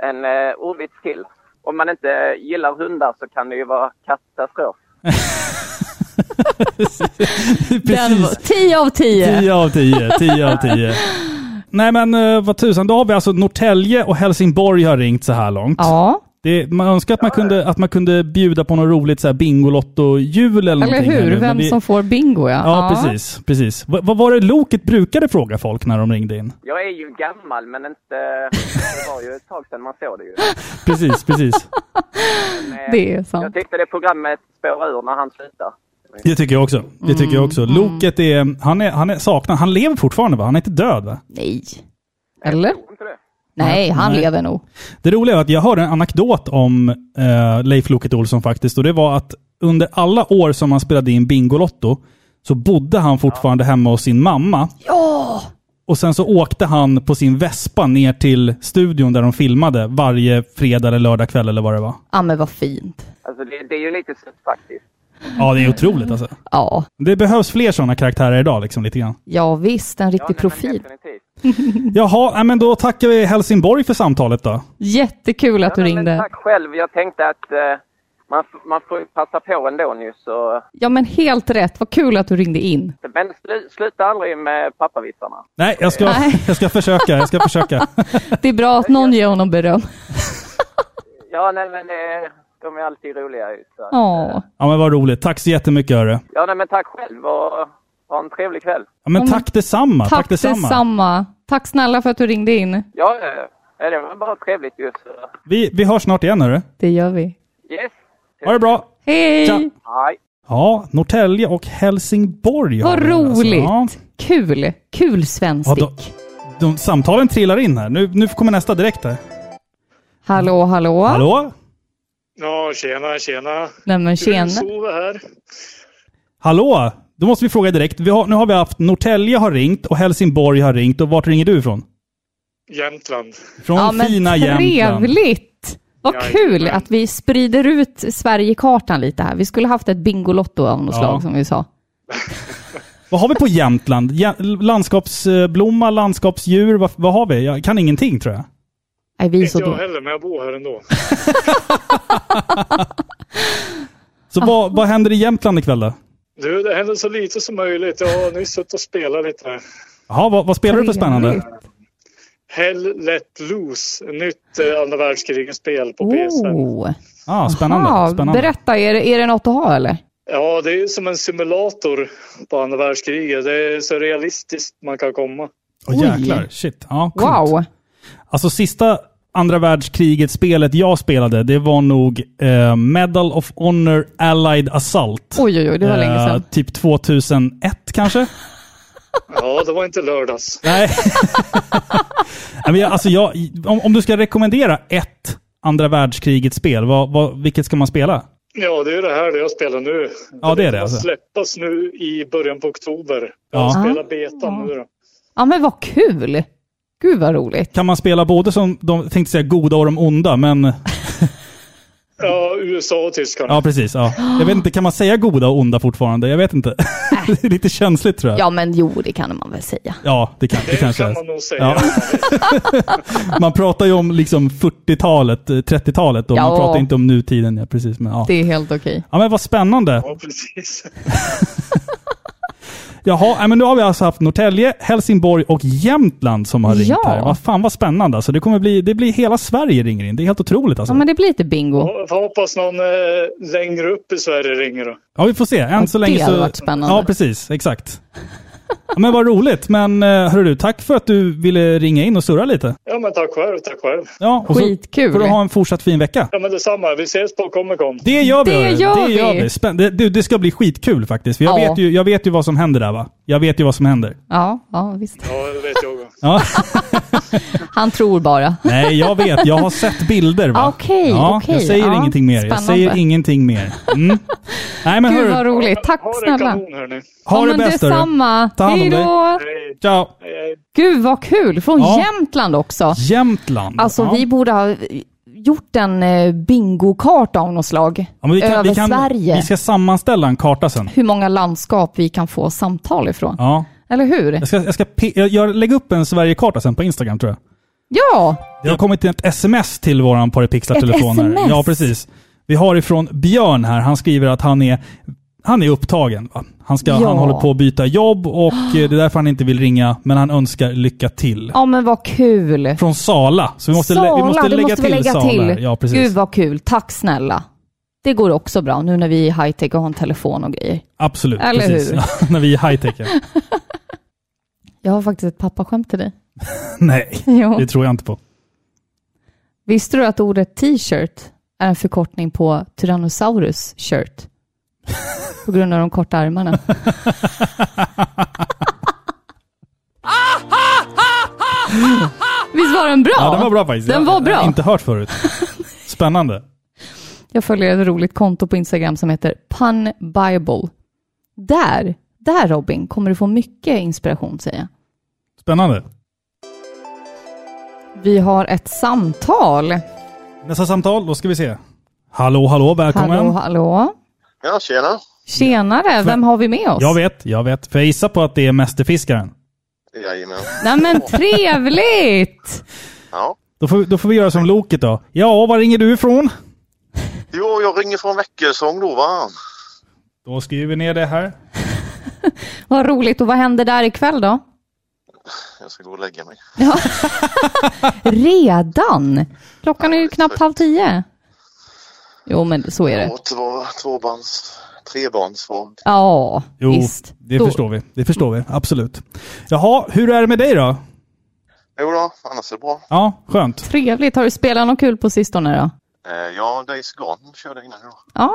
S5: en eh, ordvits till. Om man inte gillar hundar så kan det ju vara katastrof.
S3: Den var,
S2: Precis.
S3: 10 av 10.
S2: 10 av 10. 10 av 10. Nej men eh, vad tusan, då har vi alltså Norrtälje och Helsingborg har ringt så här långt.
S3: Ja,
S2: Det, man önskar att man, kunde, att man kunde bjuda på något roligt så här Bingolotto-jul eller
S3: eller
S2: någonting här nu,
S3: hur?
S2: men
S3: Vem
S2: vi-
S3: som får bingo, ja.
S2: Ja, precis. precis. Vad, vad var det Loket brukade fråga folk när de ringde in?
S5: Jag är ju gammal men inte... Det var ju ett tag sedan man såg det ju.
S2: Precis, precis.
S5: Men
S3: Det är
S5: Eh, Jag
S3: sant.
S5: tyckte det programmet spårade ur när han slutade.
S2: Det tycker jag också. Det tycker jag
S3: Mm.
S2: också. Loket är, han är, han är saknad. Han lever fortfarande va? Han är inte död va?
S3: Nej. Eller?
S5: Tror inte du?
S3: Nej, han
S2: Nej.
S3: lever nog.
S2: Det roliga är att jag hörde en anekdot om eh, Leif Loket Olsson faktiskt. Och det var att under alla år som han spelade in Bingolotto så bodde han fortfarande hemma hos sin mamma. Ja! Och sen så åkte han på sin Vespa ner till studion där de filmade varje fredag eller lördag kväll eller vad det var.
S3: Ja, men vad fint.
S5: Alltså det, det är ju lite sött faktiskt.
S2: Ja, det är otroligt alltså.
S3: Ja,
S2: Det behövs fler sådana karaktärer idag liksom lite grann.
S3: ja visst. En
S5: Ja,
S3: riktig
S5: nej, men
S3: profil.
S5: definitivt.
S2: Jaha, nej, men då tackar vi Helsingborg för samtalet då.
S3: Jättekul att du
S5: Ja, nej, men
S3: ringde.
S5: Tack själv. Jag tänkte att eh, man, f- man får ju passa på ändå nu så...
S3: Ja, men helt rätt. Vad kul att du ringde in.
S5: Men slu, sluta aldrig med pappavitsarna.
S2: Nej, jag ska,
S3: Nej.
S2: Jag ska försöka. Jag ska försöka.
S3: Det är bra att någon ger honom beröm.
S5: Ja, nej men eh, de är alltid roliga ju. Så.
S3: Ja,
S2: Ja, men vad roligt. Tack så jättemycket hörru.
S5: Ja, nej men tack själv och ha en trevlig kväll.
S2: Ja, men tack detsamma.
S3: tack detsamma. Tack snälla för att du ringde in.
S5: Ja, eh, nej, det var bara trevligt ju. Så.
S2: Vi, vi hörs snart igen hörru.
S3: Det gör vi.
S5: Yes.
S2: Ha det bra.
S3: Hej!
S2: Tja.
S5: Hej.
S2: Ja, Norrtälje och Helsingborg. har
S3: Vad
S2: vi här, alltså.
S3: roligt!
S2: Ja.
S3: Kul! Kul
S2: Ja,
S3: svensk.
S2: då, de, samtalen trillar in här. Nu, nu kommer nästa direkt här.
S3: Hallå, hallå.
S2: Hallå?
S6: Ja, tjena, tjena.
S3: Nej men tjena.
S6: Sove här.
S2: Hallå? Då måste vi fråga direkt. Vi har, nu har vi haft Norrtälje har ringt och Helsingborg har ringt. Och vart ringer du ifrån?
S6: Jämtland.
S2: Från
S3: Ja men
S2: fina Jämtland.
S3: trevligt! Vad
S6: Jajamän.
S3: kul att vi sprider ut Sverigekartan lite här. Vi skulle haft ett Bingolotto av något
S2: Ja.
S3: slag som vi sa.
S2: Vad har vi på Jämtland? Ja, landskapsblomma, landskapsdjur, vad, vad har vi? Jag kan ingenting tror jag.
S3: Nej, vi är
S6: Inte
S3: så
S6: jag
S3: dåliga.
S6: heller, men jag bor här ändå.
S2: Så
S3: Ah.
S2: vad, vad händer i Jämtland ikväll då?
S6: Du, det händer så lite som möjligt. Jag har nyss suttit och spelat lite. här.
S2: Jaha, vad, vad spelar du för spännande?
S6: Hell Let Loose, nytt eh, andra världskriget-spel på PS5.
S3: Oh.
S2: Ah, spännande.
S3: Aha,
S2: spännande.
S3: Berätta, är det, är det något att ha eller?
S6: Ja, det är ju som en simulator på andra världskriget. Det är så realistiskt man kan komma.
S2: Åh, jäklar. Shit. Ja, coolt.
S3: Wow!
S2: Alltså sista andra världskriget-spelet jag spelade, det var nog eh, Medal of Honor Allied Assault.
S1: Oj, oj, oj, det var länge
S2: Eh,
S1: sedan.
S2: Typ 2001 kanske?
S6: Ja, det var inte lördags.
S2: Nej. Nej, men jag, alltså jag, om, om du ska rekommendera ett andra världskriget-spel, vad, vad, vilket ska man spela?
S6: Ja, det är ju det här det jag spelar nu.
S2: Ja, det är det
S6: kommer
S2: alltså.
S6: släppas nu i början på oktober.
S2: Ja.
S6: Jag spelar betan nu då.
S1: Ja, men vad kul! Gud vad roligt.
S2: Kan man spela både som de tänkte säga goda och de onda, men
S6: Ja, USA och Tyskland.
S2: ja precis. Ja. Jag vet inte, kan man säga goda och onda fortfarande? Jag vet inte. det är lite känsligt tror jag.
S1: Ja, men jo, det kan man väl säga.
S2: Ja, det, kan, det,
S6: det
S2: kanske
S6: kan
S2: är.
S6: man nog säga.
S2: Ja. man pratar ju om liksom 40-talet, eh, 30-talet och man
S1: Ja.
S2: pratar inte om nutiden. Ja, precis, men, ja.
S1: Det är helt okej.
S2: ja, men vad spännande.
S6: Ja, precis.
S2: Jaha, nej, men nu har vi alltså haft Norrtälje, Helsingborg och Jämtland som har ringt
S1: Ja.
S2: här. Vad fan vad spännande alltså. Det kommer bli, det blir hela Sverige ringer in. Det är helt otroligt alltså.
S1: Ja,
S2: Ja,
S1: men det blir lite bingo.
S6: Jag får hoppas någon eh, längre upp i Sverige ringer då.
S2: vi får se. Än
S1: Ja,
S2: så
S1: det
S2: länge
S1: hade
S2: så...
S1: varit spännande.
S2: Ja, precis. Exakt. Ja, men vad roligt. Men eh, hörru du, tack för att du ville ringa in och surra lite.
S6: Ja, men tack själv, tack själv.
S2: Ja, och så
S1: Skitkul.
S2: får du ha en fortsatt fin vecka.
S6: Ja, men detsamma. Vi ses på Comic Con.
S2: Det gör vi!
S1: Det
S2: hörru.
S1: gör
S2: det,
S1: vi.
S2: Gör vi. Spänn- det, du, det ska bli skitkul faktiskt. För jag,
S1: Ja.
S2: vet ju, jag vet ju vad som händer där va? Jag vet ju vad som händer.
S1: Ja, ja, visst.
S6: Ja, det vet jag.
S1: Eh,
S2: Ja.
S1: Han tror bara.
S2: Nej, jag vet. Jag har sett bilder. Va?
S1: Okej,
S2: ja,
S1: okej.
S2: Jag säger
S1: Ja,
S2: ingenting mer. Jag
S1: spännande.
S2: säger ingenting mer. Mm. Nej, men
S1: Gud vad
S2: hörru,
S1: roligt. Tack
S6: ha det
S1: snälla.
S6: kanon hörni.
S2: ha
S1: ja, men
S2: det bäst hörru.
S1: Detsamma.
S2: Ta hand om
S1: Hej
S2: dig.
S1: då.
S6: Hej,
S2: Ciao.
S6: hej, hej.
S1: Gud vad kul. Från
S2: Ja.
S1: Jämtland också.
S2: Jämtland.
S1: Alltså
S2: ja.
S1: vi borde ha gjort en eh, bingokarta av något slag.
S2: ja, men vi kan,
S1: över
S2: vi kan,
S1: Sverige.
S2: Vi ska sammanställa en karta sen.
S1: Hur många landskap vi kan få samtal ifrån.
S2: Ja.
S1: Eller hur?
S2: Jag, ska, jag, ska pe- jag, jag lägger upp en Sverigekarta sen på Instagram tror jag.
S1: Ja,
S2: Det har kommit ett sms till våran Parapixlar-telefon.
S1: Ett
S2: här.
S1: SMS?
S2: Ja, precis. Vi har ifrån Björn här. Han skriver att han är, han är upptagen. va? Han, ska,
S1: Ja.
S2: han håller på att byta jobb och eh, det är därför han inte vill ringa, men han önskar lycka till.
S1: ja men vad kul.
S2: Från Sala. Så vi måste,
S1: Sala,
S2: lä- vi måste
S1: det
S2: lägga
S1: måste vi
S2: till
S1: lägga
S2: Sala.
S1: till.
S2: Ja, precis.
S1: Gud vad kul. Tack snälla. Det går också bra nu när vi är high-tech och har en telefon och grejer.
S2: Absolut.
S1: Eller
S2: precis.
S1: hur?
S2: Ja, När vi är high tech. ja.
S1: Jag har faktiskt ett pappaskämt till dig.
S2: Nej,
S1: Jo.
S2: det tror jag inte på.
S1: Visste du att ordet t-shirt är en förkortning på Tyrannosaurus shirt? På grund av de korta armarna. Visst var den bra?
S2: Ja, den var bra faktiskt.
S1: Den
S2: Jag-
S1: var
S2: Jag
S1: bra.
S2: har inte hört förut. Spännande.
S1: Jag följer ett roligt konto på Instagram som heter Pun Bible. Där, där Robin, kommer du få mycket inspiration säger jag.
S2: Spännande.
S1: Vi har ett samtal.
S2: Nästa samtal, då ska vi se. Hallå, hallå, välkommen.
S1: Hallå, hallå.
S7: Ja, tjena.
S1: Tjenare, vem har vi med oss?
S2: Jag vet, jag vet. För jag gissar på att det är Mästerfiskaren.
S7: Jajamän.
S1: Nej men trevligt!
S7: Ja.
S2: Då får, vi- då får vi göra som Loket då. Ja, var ringer du ifrån?
S7: Jo, jag ringer från Väckelsång då va?
S2: Då skriver vi ner det här.
S1: Vad roligt, och vad händer där ikväll då?
S7: Jag ska gå och lägga mig.
S1: Redan? Klockan är ju knappt halv tio. Jo men så är det.
S7: Och två, tvåbands, trebandsvagn.
S1: Ja,
S2: Jo,
S1: visst.
S2: det
S1: Då-
S2: förstår vi. Det förstår vi, absolut. Jaha, hur är det med dig då?
S7: Jo då, annars är det bra.
S2: Ja, skönt.
S1: Trevligt, har du spelat något kul på sistone då?
S7: Eh, ja, Days Gone körde jag innan idag.
S1: Ja.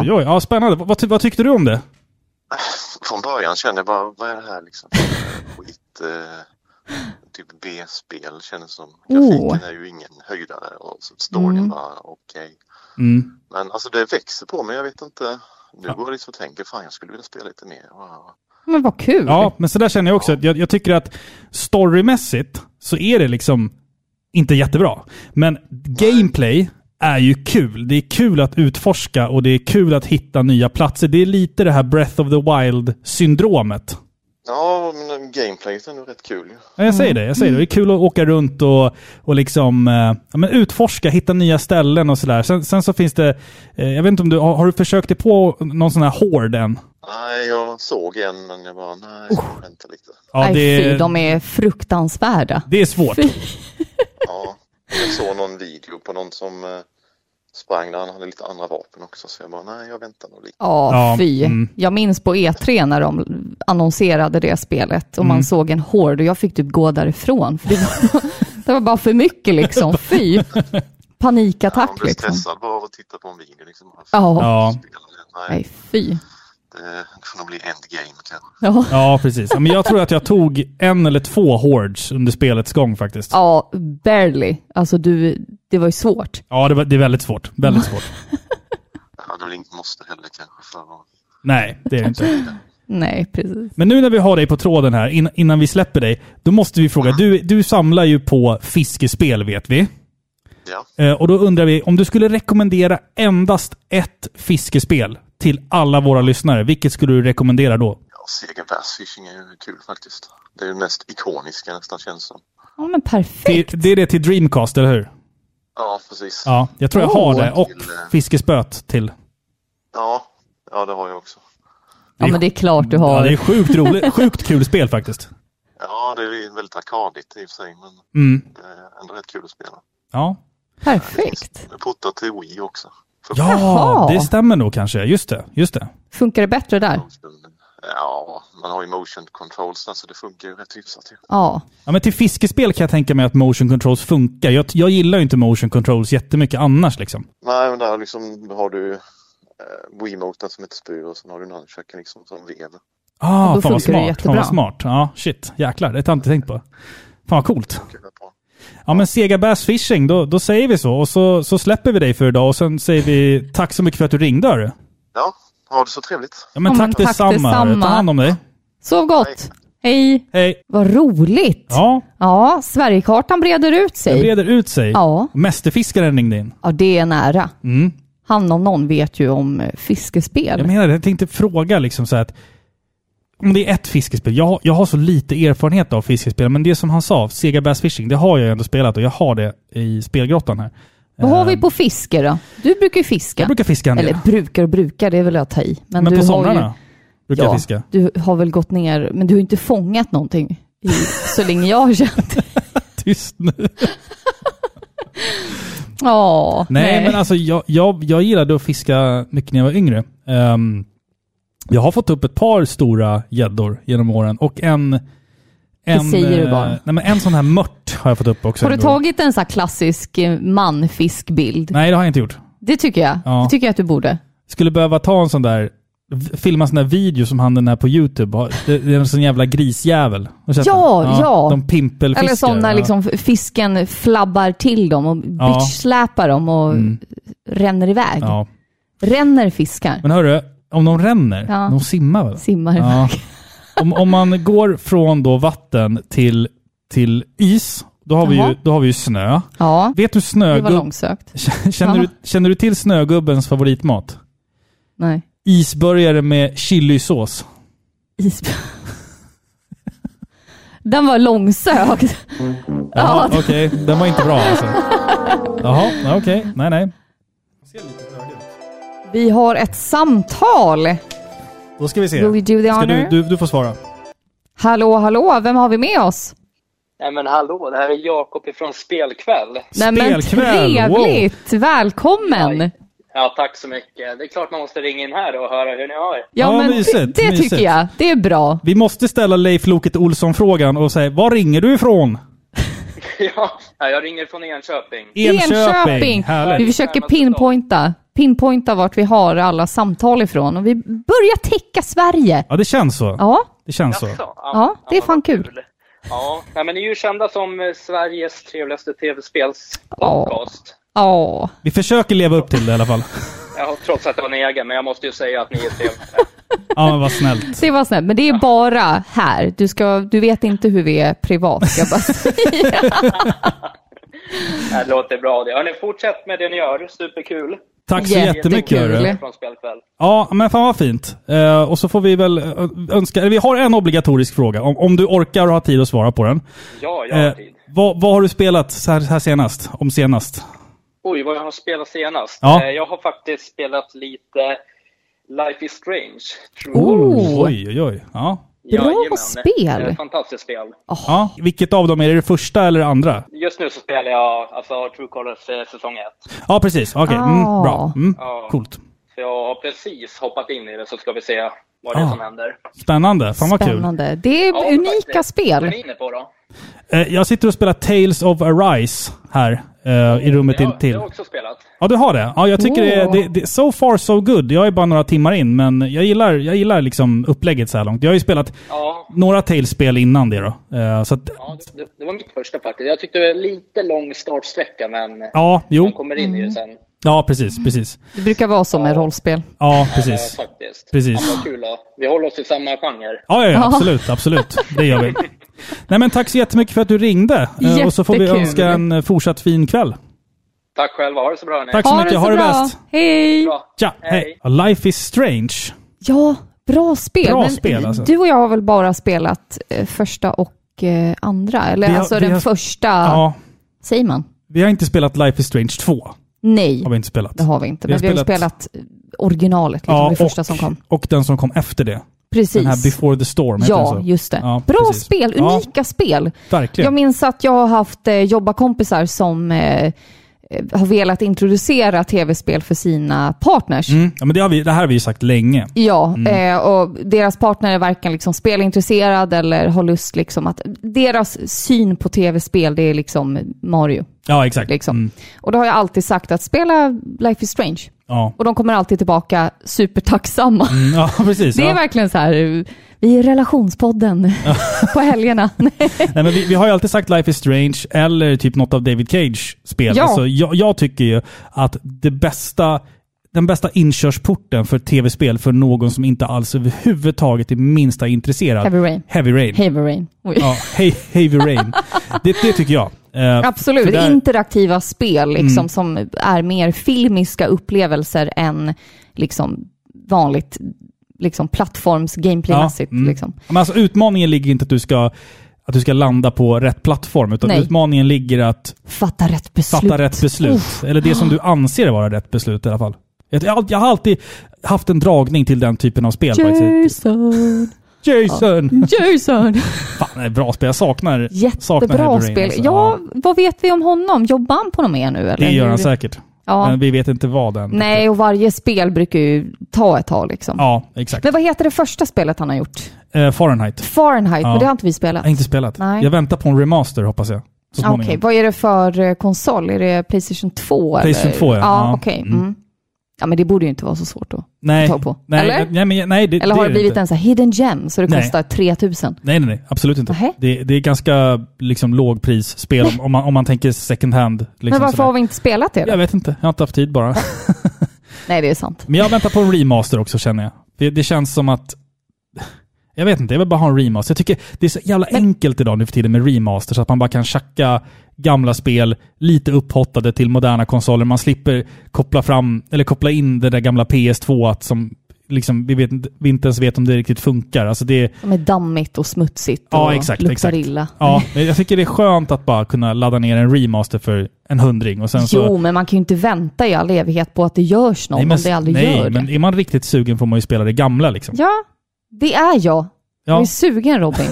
S2: Oj, oj, oj. Ja, spännande. Vad, ty- vad tyckte du om det?
S7: Från början kände jag bara, vad är det här liksom? Skit. Eh, typ B-spel kändes som. Grafiken
S1: Oh.
S7: är ju ingen höjdare. Och så storyn bara, okej.
S2: Mm.
S7: Men alltså det växer på mig, jag vet inte. Nu går det liksom och tänker, fan jag skulle vilja spela lite mer. Wow.
S1: Men vad kul.
S2: Ja, men så där känner jag också. Att jag, jag tycker att storymässigt så är det liksom inte jättebra. Men gameplay är ju kul. Det är kul att utforska och det är kul att hitta nya platser. Det är lite det här Breath of the Wild-syndromet.
S7: Ja, men eh, gameplayet är nog rätt kul ju.
S2: Ja, jag
S1: Mm.
S2: säger det. Jag säger det. det är kul att åka runt och, och liksom, eh, ja, men utforska, hitta nya ställen och sådär. Sen, sen så finns det, eh, jag vet inte om du har, har du försökt dig på någon sån här hård än?
S7: Nej, jag såg en men jag bara, nej, vänta lite.
S2: Ja,
S1: Nej, fy,
S2: det,
S1: de är fruktansvärda.
S2: det är svårt.
S7: Ja, jag såg någon video på någon som eh, sprang där, han hade lite andra vapen också, så jag bara, nej, jag väntar nog lite.
S1: Ja,
S2: Ja,
S1: fy.
S2: mm.
S1: Jag minns på E3 när de
S2: Mm.
S1: annonserade det spelet och man såg en hård och jag fick typ gå därifrån. För det var Det var bara för mycket liksom. Fy!
S7: man
S1: Panikattack
S7: blir
S1: liksom.
S7: stressad bara av att titta på en video. Liksom.
S1: Ja.
S2: Ja.
S7: Nej,
S1: Nej, fy.
S7: det kan nog bli endgame kanske.
S1: Ja.
S2: Ja, precis. Ja, Men jag tror att jag tog en eller två hordes under spelets gång faktiskt.
S1: Ja, barely. Alltså du, det var ju svårt.
S2: Ja, det, var, det är väldigt svårt. Väldigt svårt.
S7: Ja, det blir inget måste heller kanske för att
S2: Nej, det är det inte.
S1: Nej, precis.
S2: Men nu när vi har dig på tråden här, inn- innan vi släpper dig, då måste vi fråga. Du, du samlar ju på fiskespel, vet vi.
S7: Ja,
S2: Eh, Och då undrar vi, om du skulle rekommendera endast ett fiskespel till alla våra lyssnare, vilket skulle du rekommendera då?
S7: ja Seger Bass Fishing är ju kul faktiskt. Det är ju mest ikoniska nästan känns som.
S1: Ja, men
S2: Det,
S1: perfekt.
S2: det är det till Dreamcast, eller hur?
S7: Ja, precis. Ja,
S2: Ja, jag tror jag har det. Och
S7: Till, eh,
S2: fiskespöt till.
S7: ja, det har jag också.
S3: Ja, men det är klart du
S2: Ja,
S3: har.
S2: det är sjukt roligt. Sjukt kul spel faktiskt.
S7: Ja, det är ju väldigt arkadigt i och för sig, men
S2: Mm.
S7: det är ändå rätt kul att spela.
S2: Ja.
S1: Perfekt.
S7: Det är portat till Wii också. För
S2: ja,
S1: Jaha.
S2: det stämmer nog kanske. Just det. Just det.
S1: Funkar det bättre där?
S7: Ja, man har ju motion controls där, så det funkar ju rätt hyfsat. ju.
S1: Ja.
S2: Ja, men till fiskespel kan jag tänka mig att motion controls funkar. Jag, jag gillar ju inte motion controls jättemycket annars liksom.
S7: Nej, men där liksom har du eh, Wiimoten som heter spyr och sen har du nunchucken liksom som vever.
S2: Ah,
S1: då
S2: fan
S1: funkar det
S2: vad smart. Fan
S1: jättebra.
S2: vad smart. Ja, shit. Jäklar, det har jag inte tänkt på. Fan vad coolt.
S7: Kul att ha.
S2: Ja, men Sega Bass Fishing, då, då säger vi så. Och så, så släpper vi dig för idag och sen säger vi tack så mycket för att du ringde, hörru.
S7: Ja, ha det så trevligt.
S2: Ja, men
S1: Ja,
S2: tack,
S1: men tack
S2: detsamma. hörru.
S1: detsamma.
S2: Ta hand om dig.
S1: Sov gott! Hej!
S2: Hej.
S1: Vad roligt! Ja,
S2: Ja,
S1: Sverigekartan breder ut sig.
S2: det breder ut sig.
S1: Ja.
S2: Mästerfiskaren ringde in.
S1: ja, det är en ära.
S2: Mm.
S1: Han om någon vet ju om eh, fiskespel.
S2: Jag menar det. Jag tänkte fråga liksom så här att om det är ett fiskespel. Jag, har- jag har så lite erfarenhet av fiskespel, men det som han sa, Sega Bass Fishing, det har jag ju ändå spelat och jag har det i spelgrottan här.
S1: Vad har vi
S2: Eh,
S1: på fiske då? Du brukar ju fiska.
S2: Jag brukar fiska en del.
S1: Eller brukar och brukar, det är väl att ta i. Men,
S2: men
S1: du
S2: på
S1: har
S2: somrarna
S1: ju,
S2: brukar jag fiska.
S1: Du har väl gått ner, men du har ju inte fångat någonting i, så länge jag har känt.
S2: Tyst nu.
S1: Ja,
S2: Nej, men alltså jag, jag, jag gillade att fiska mycket när jag var yngre. Ehm, jag har fått upp ett par stora gäddor genom åren och en... en
S1: säger du
S2: eh,
S1: bara.
S2: Nej, men en sån här mört har jag fått upp också.
S1: har du
S2: ändå.
S1: tagit en sån här klassisk eh, manfiskbild?
S2: Nej, det har jag inte gjort.
S1: Det tycker jag.
S2: Ja.
S1: Det tycker jag att du borde.
S2: Skulle behöva ta en sån där... v- Filma en sån där video som han den här på YouTube har. Det det är en sån jävla grisjävel. Har du sett
S1: Ja,
S2: den?
S1: ja.
S2: De pimpelfiskar.
S1: Eller sån när liksom fisken flabbar till dem och
S2: Ja. Mm.
S1: bitchsläpar dem och ränner iväg.
S2: Ja.
S1: Ränner fiskar.
S2: Men hörru, om de ränner,
S1: Ja.
S2: de simmar väl?
S1: Simmar
S2: Ja.
S1: iväg.
S2: Om, om man går från då vatten till, till is, då har, vi
S1: Jaha.
S2: ju, då har vi ju snö.
S1: Ja,
S2: Vet du
S1: det var
S2: snögubben...
S1: långsökt.
S2: Känner du,
S1: Jaha.
S2: känner du till snögubbens favoritmat?
S1: Nej.
S2: Isburgare med chilisås.
S1: Isb... Den var långsökt.
S2: Jaha,
S1: Ja.
S2: Okej, den var inte bra alltså. Jaha, ja, okej. Nej, nej.
S1: Vi har ett samtal.
S2: Då ska vi se.
S1: Will you do the
S2: Ska
S1: honor?
S2: du, du, du får svara.
S1: Hallå, hallå, vem har vi med oss?
S8: Nej men hallå, det här är Jakob ifrån Spelkväll.
S2: Spelkväll, wow.
S1: trevligt! Välkommen!
S8: Oj. Ja, tack så mycket. Det är klart man måste ringa in här och höra hur ni har er.
S2: Ja,
S1: men
S2: mysigt,
S1: det, det
S2: mysigt.
S1: tycker jag. Det är bra.
S2: Vi måste ställa Leif Loket Olsson-frågan och säga, var ringer du ifrån?
S8: Ja, ja, jag ringer från Enköping.
S2: Härligt.
S1: Vi försöker pinpointa, pinpointa vart vi har alla samtal ifrån och vi börjar täcka Sverige.
S2: Ja, det känns så.
S1: Ja,
S2: Det känns så.
S8: Jaså?
S1: Ja, det är
S8: vad
S1: fan kul.
S8: Ja, nej, men ni är ju kända som eh, Sveriges trevligaste tv-spelspodcast.
S1: ja.
S2: Vi försöker leva upp till det i alla fall.
S8: Ja, trots att det var en egen, men jag måste ju säga att ni är trevliga.
S2: Ja, men vad snällt.
S1: Det var snällt, men det är bara här. Du, ska, du vet inte hur vi är privat, ska jag bara säga.
S8: Det låter bra det. Hörni, fortsätt med det ni gör. Superkul.
S2: Tack så
S1: Jättekul.
S2: jättemycket. hörru.
S8: Från Spelkväll.
S2: Ja, men fan vad fint. Eh, och så får vi väl eh, önska... Eller vi har en obligatorisk fråga, om, om du orkar och har tid att svara på den.
S8: Ja, jag har
S2: Eh,
S8: tid.
S2: vad, vad har du spelat så här, så här senast? Om senast?
S8: Oj, vad jag har spelat senast.
S2: Ja.
S8: Eh, Jag har faktiskt spelat lite Life is Strange. True
S1: Oh.
S2: Oj, oj, oj. Ja.
S1: Bra
S8: Jajamän.
S1: spel.
S8: Eh, Fantastiskt spel.
S2: ja. Vilket av dem är det? Är det första eller det andra?
S8: Just nu så spelar jag alltså, True Colors eh, säsong 1.
S2: Ja, precis. Okej, mm,
S1: Ah.
S2: bra. Mm,
S8: Ja.
S2: coolt.
S8: Så jag har precis hoppat in i det så ska vi se vad det
S2: Ah.
S8: är som händer.
S2: Spännande. Fan vad kul.
S1: Spännande. Det är
S8: Ja,
S1: unika
S8: faktiskt. Vad är
S1: spel.
S8: ni inne på då?
S2: Eh, Jag sitter och spelar Tales of Arise här eh, i rummet
S8: Det har-
S2: intill.
S8: Det har jag också spelat.
S2: Ja, du har det? Ja, jag tycker det,
S1: Åh.
S2: det, det... So far so good. Jag är bara några timmar in, men jag gillar, jag gillar liksom upplägget så här långt. Jag har ju spelat
S8: Ja,
S2: några Tales-spel innan det då. Eh, Så att,
S8: ja det, det var mitt första faktiskt. Jag tyckte det var lite lång startsträcka, men
S2: ja,
S8: man
S2: jo.
S8: kommer in i det
S2: Mm.
S8: sen.
S2: Ja, precis, precis.
S3: Det brukar vara så med rollspel.
S2: Ja,
S8: eh,
S2: precis.
S8: Faktiskt.
S2: Precis.
S8: Ja, vad kul då. Vi håller oss i samma genre.
S2: Ja, ja, ja absolut, absolut. Det gör vi. Nej, men tack så jättemycket för att du ringde. Eh, Och så får vi
S3: Jättekul.
S2: önska en eh, fortsatt fin kväll.
S8: Tack själva, ha det så bra hörni.
S2: Tack så mycket. Ha det
S3: bra.
S2: bäst.
S3: Hej!
S8: Bra.
S2: Tja, hej. Life is strange.
S1: Ja, bra spel.
S2: Bra
S1: men
S2: spel, alltså.
S1: Du och jag har väl bara spelat eh, första och eh, andra? Eller
S2: Vi har-
S1: alltså
S2: vi
S1: den
S2: har-
S1: första,
S2: Ja,
S1: säger man?
S2: vi har inte spelat Life is strange 2.
S1: Nej,
S2: Har vi inte spelat.
S1: det har vi inte.
S2: vi
S1: Men
S2: har
S1: vi har ju
S2: spelat-
S1: spelat eh, originalet, liksom, det första
S2: och,
S1: som kom.
S2: och den som kom efter det. Den här
S1: Precis.
S2: Before the Storm, heter den
S1: Ja,
S2: så?
S1: just det.
S2: Ja,
S1: Bra
S2: precis.
S1: spel,
S2: Ja.
S1: unika spel.
S2: Verkligen.
S1: Jag minns att jag har haft eh, jobbarkompisar som eh, eh, har velat introducera tv-spel för sina partners.
S2: Mm. Ja, men det, har vi, det här har vi ju sagt länge.
S1: Ja,
S2: Mm.
S1: eh, och deras partner är varken liksom spelintresserad eller har lust liksom att... Deras syn på tv-spel, det är liksom Mario.
S2: Ja, exakt.
S1: Liksom.
S2: Mm.
S1: Och då har jag alltid sagt att spela Life is Strange.
S2: Ja.
S1: Och de kommer alltid tillbaka supertacksamma.
S2: Mm, ja, precis.
S1: Det är
S2: Ja.
S1: verkligen så här, eh, vi är relationspodden på helgerna.
S2: Nej, men vi, vi har ju alltid sagt Life is Strange eller typ något av David Cage spel.
S1: Ja.
S2: Alltså, jag, jag tycker ju att det bästa, den bästa inkörsporten för tv-spel för någon som inte alls överhuvudtaget är minsta intresserad.
S1: Heavy Rain.
S2: Heavy Rain.
S1: Heavy Rain. Oj.
S2: ja, he- heavy Rain. det, det tycker jag. Eh,
S1: Absolut,
S2: För där- Mm.
S1: interaktiva spel liksom, som är mer filmiska upplevelser än liksom, vanligt liksom, plattforms-gameplaymässigt.
S2: Ja, mm.
S1: Liksom.
S2: Men alltså, utmaningen ligger inte att du ska att du ska landa på rätt plattform, utan
S1: Nej.
S2: utmaningen ligger att
S1: Fatta rätt beslut.
S2: fatta rätt beslut. Eller det som du
S1: Ah.
S2: anser vara rätt beslut i alla fall. Jag, jag, jag har alltid haft en dragning till den typen av spel. faktiskt.
S1: Oh, Jason,
S2: Jason!
S1: Jason.
S2: Fan, det är bra spel. Jag saknar, saknar
S1: Jättebra
S2: Heavy Rain,
S1: spel.
S2: alltså.
S1: Ja, vad vet vi om honom? Jobbar han på något mer nu? Eller?
S2: Det gör han
S1: Hur-
S2: säkert.
S1: Ja.
S2: Men vi vet inte vad än.
S1: Nej, och varje spel brukar ju ta ett tag. Liksom.
S2: Ja, exakt.
S1: Men vad heter det första spelet han har gjort?
S2: Eh, Fahrenheit.
S1: Fahrenheit,
S2: Ja.
S1: men det har inte vi
S2: Jag
S1: spelat.
S2: har inte spelat.
S1: Nej. Ah,
S2: Jag väntar på en remaster, hoppas jag. Så
S1: Okej,
S2: småningom.
S1: vad är det för eh, konsol? Är det Playstation 2?
S2: Playstation
S1: eller?
S2: 2, ja.
S1: ja.
S2: Ja.
S1: okej.
S2: Mm.
S1: Mm. Ja, men det borde ju inte vara så svårt då.
S2: Nej.
S1: få tag på.
S2: Nej, eh,
S1: Eller?
S2: nej, men, nej, det,
S1: Eller
S2: det
S1: har
S2: är
S1: det blivit
S2: inte.
S1: en så här hidden gem så det
S2: Nej. Liksom
S1: kostar 3000?
S2: Nej, nej, nej. Absolut inte.
S1: Nähä.
S2: Det, det är ganska liksom, lågprisspel om, om, man, om man tänker second hand. Liksom,
S1: Men varför
S2: sådär.
S1: har vi inte spelat det då?
S2: Jag vet inte. Jag har inte haft tid bara.
S1: Nej, det är sant.
S2: Men jag väntar på en remaster också känner jag. Det, det känns som att... Jag vet inte, jag vill bara ha en remaster. Jag tycker det är så jävla enkelt idag nu för tiden med remaster så att man bara kan tjacka gamla spel lite upphottade till moderna konsoler. Man slipper koppla fram, eller koppla in det där gamla PS2 att som liksom, vi, vet, inte- vi inte ens vet om det riktigt funkar. Alltså det,
S1: Som är dammigt och smutsigt och
S2: Ja, exakt,
S1: luktar
S2: exakt.
S1: illa.
S2: ja, men jag tycker det är skönt att bara kunna ladda ner en remaster för en hundring och sen så...
S1: Jo, men man kan ju inte vänta i all evighet på att det görs något om det aldrig
S2: nej,
S1: gör
S2: men
S1: det.
S2: är man riktigt sugen får man ju spela det gamla liksom.
S1: Ja, det är jag. Jag
S2: Ja,
S1: är sugen Robin.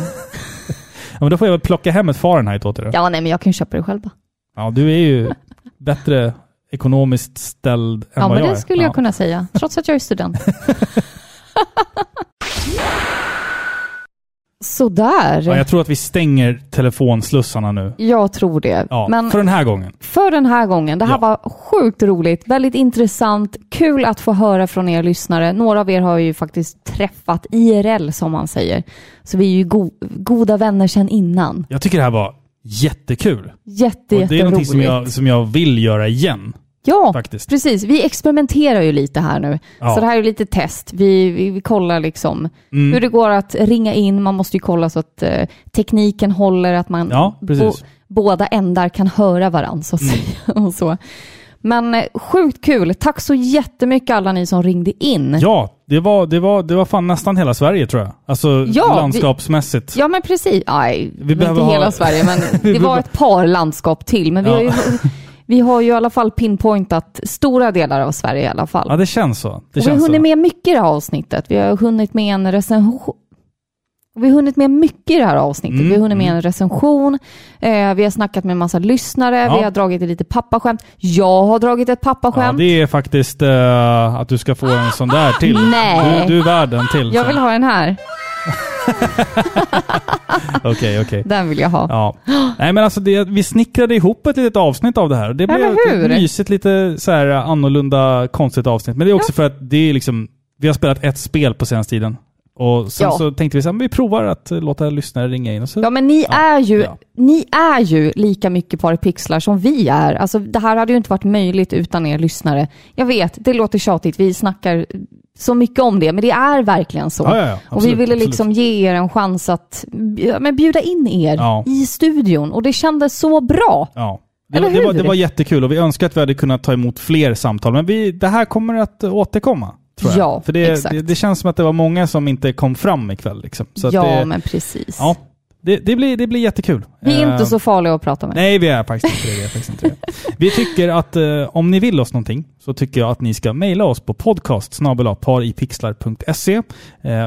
S2: ja men då får jag väl plocka hem ett Fahrenheit åt dig då.
S1: Ja, nej, men jag kan ju köpa det själv bara.
S2: Ja, du är ju bättre ekonomiskt ställd än
S1: Ja,
S2: vad
S1: men
S2: jag är.
S1: det skulle
S2: Ja.
S1: jag kunna säga. Trots att jag är student. Sådär.
S2: Ja,
S1: jag...
S2: jag tror att vi stänger telefonslussarna nu.
S1: tror det.
S2: Ja,
S1: men
S2: för
S1: för...
S2: den här gången.
S1: den här gången, det här
S2: Ja.
S1: var sjukt roligt, väldigt intressant, kul att få höra från er lyssnare. Några av er har ju faktiskt träffat IRL som man säger. Så vi är ju go- goda vänner sedan innan.
S2: Jag tycker det här var jättekul.
S1: Jätte,
S2: och det är någonting
S1: jätteroligt.
S2: som jag, som jag vill göra igen.
S1: Ja,
S2: Faktiskt.
S1: precis. Vi experimenterar ju lite här nu.
S2: Ja. Mm.
S1: Så det här är lite test. Vi, vi, vi kollar liksom hur det går att ringa in. Man måste ju kolla så att eh, tekniken håller, att man
S2: Ja, precis. Mm.
S1: båda ändar kan höra varandra så att säga. Och så. Men eh, sjukt kul. Tack så jättemycket alla ni som ringde in.
S2: Ja, det var, det var, det var fan nästan hela Sverige tror jag. Alltså
S1: Ja, vi-
S2: landskapsmäsigt.
S1: Ja men precis. Aj, vi
S2: behöver
S1: inte
S2: ha-
S1: hela Sverige, men det
S2: behöver-
S1: var ett par landskap till. Men vi,
S2: Ja.
S1: har ju, vi har ju i alla fall pinpointat stora delar av Sverige i alla fall.
S2: Ja, det känns så. Det
S1: och vi har
S2: känns så.
S1: hunnit med mycket i det här avsnittet. Vi har hunnit med en recension. Och vi har hunnit med mycket i det här avsnittet.
S2: Mm,
S1: vi har hunnit med en recension, eh, vi har snackat med en massa lyssnare,
S2: Ja.
S1: vi har dragit lite pappaskämt. Jag har dragit ett
S2: Ja,
S1: pappaskämt.
S2: det är faktiskt eh, att du ska få en sån där till.
S1: Ah, Nej.
S2: Du, du är värd en till.
S1: Jag
S2: så.
S1: vill ha den här.
S2: Okej, okej.
S1: Den vill jag ha.
S2: Ja. Nej men alltså det, vi snickrade ihop ett litet avsnitt av det här. Det blev
S1: Eller hur?
S2: ett mysigt, lite så här annorlunda, konstigt avsnitt. Men det är också för att det är liksom, vi har spelat ett spel på senaste tiden. Och sen
S1: Ja.
S2: så tänkte vi så här, men vi provar att eh, låta lyssnare ringa in. Och så,
S1: Ja, men ni,
S2: Ja,
S1: är ju,
S2: ja.
S1: ni är ju lika mycket par i pixlar som vi är. Alltså, det här hade ju inte varit möjligt utan er lyssnare. Jag vet, det låter tjatigt. Vi snackar så mycket om det, men det är verkligen så.
S2: Ja, ja, ja.
S1: och vi
S2: Absolut,
S1: ville
S2: absolut.
S1: liksom ge er en chans att ja, men bjuda in er
S2: Ja.
S1: i studion och det kändes så bra.
S2: Ja. Det,
S1: Eller
S2: det, var,
S1: hur?
S2: det var jättekul och vi önskar att vi hade kunnat ta emot fler samtal. Men vi, det här kommer att eh, återkomma. Tror jag.
S1: Ja,
S2: För det,
S1: exakt.
S2: det, det känns som att det var många som inte kom fram ikväll. Liksom. Så att
S1: ja,
S2: det,
S1: men precis.
S2: ja det, det, blir, det blir jättekul.
S1: Vi är
S2: Eh,
S1: inte så farliga att prata med.
S2: Nej, vi är faktiskt inte det. Vi, är faktiskt inte det. vi tycker att eh, om ni vill oss någonting så tycker jag att ni ska mejla oss på podcast paripixlar.se. Eh,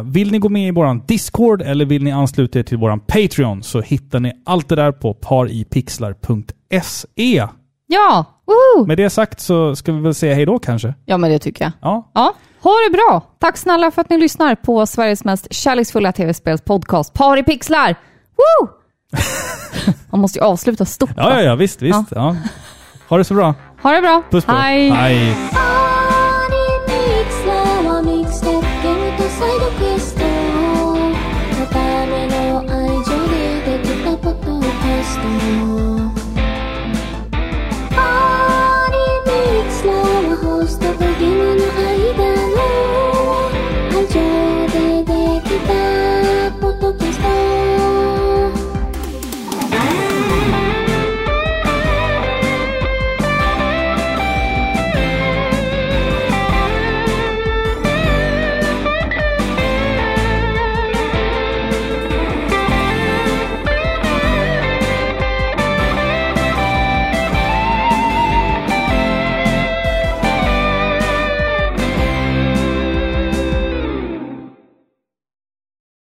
S2: vill ni gå med i vår Discord eller vill ni ansluta er till vår Patreon så hittar ni allt det där på paripixlar.se.
S1: Ja, woho!
S2: Med det sagt så ska vi väl säga hej då kanske?
S1: ja, men det tycker jag.
S2: Ja,
S1: Ja, ha det bra. Tack snälla för att ni lyssnar på Sveriges mest kärleksfulla tv-spelspodcast Par i pixlar. Woo! Man måste ju avsluta stort.
S2: ja, ja, ja visst, visst. Ja. Ha det så bra.
S1: Ha det bra.
S2: Puss på er.
S1: Hej.
S2: Hej.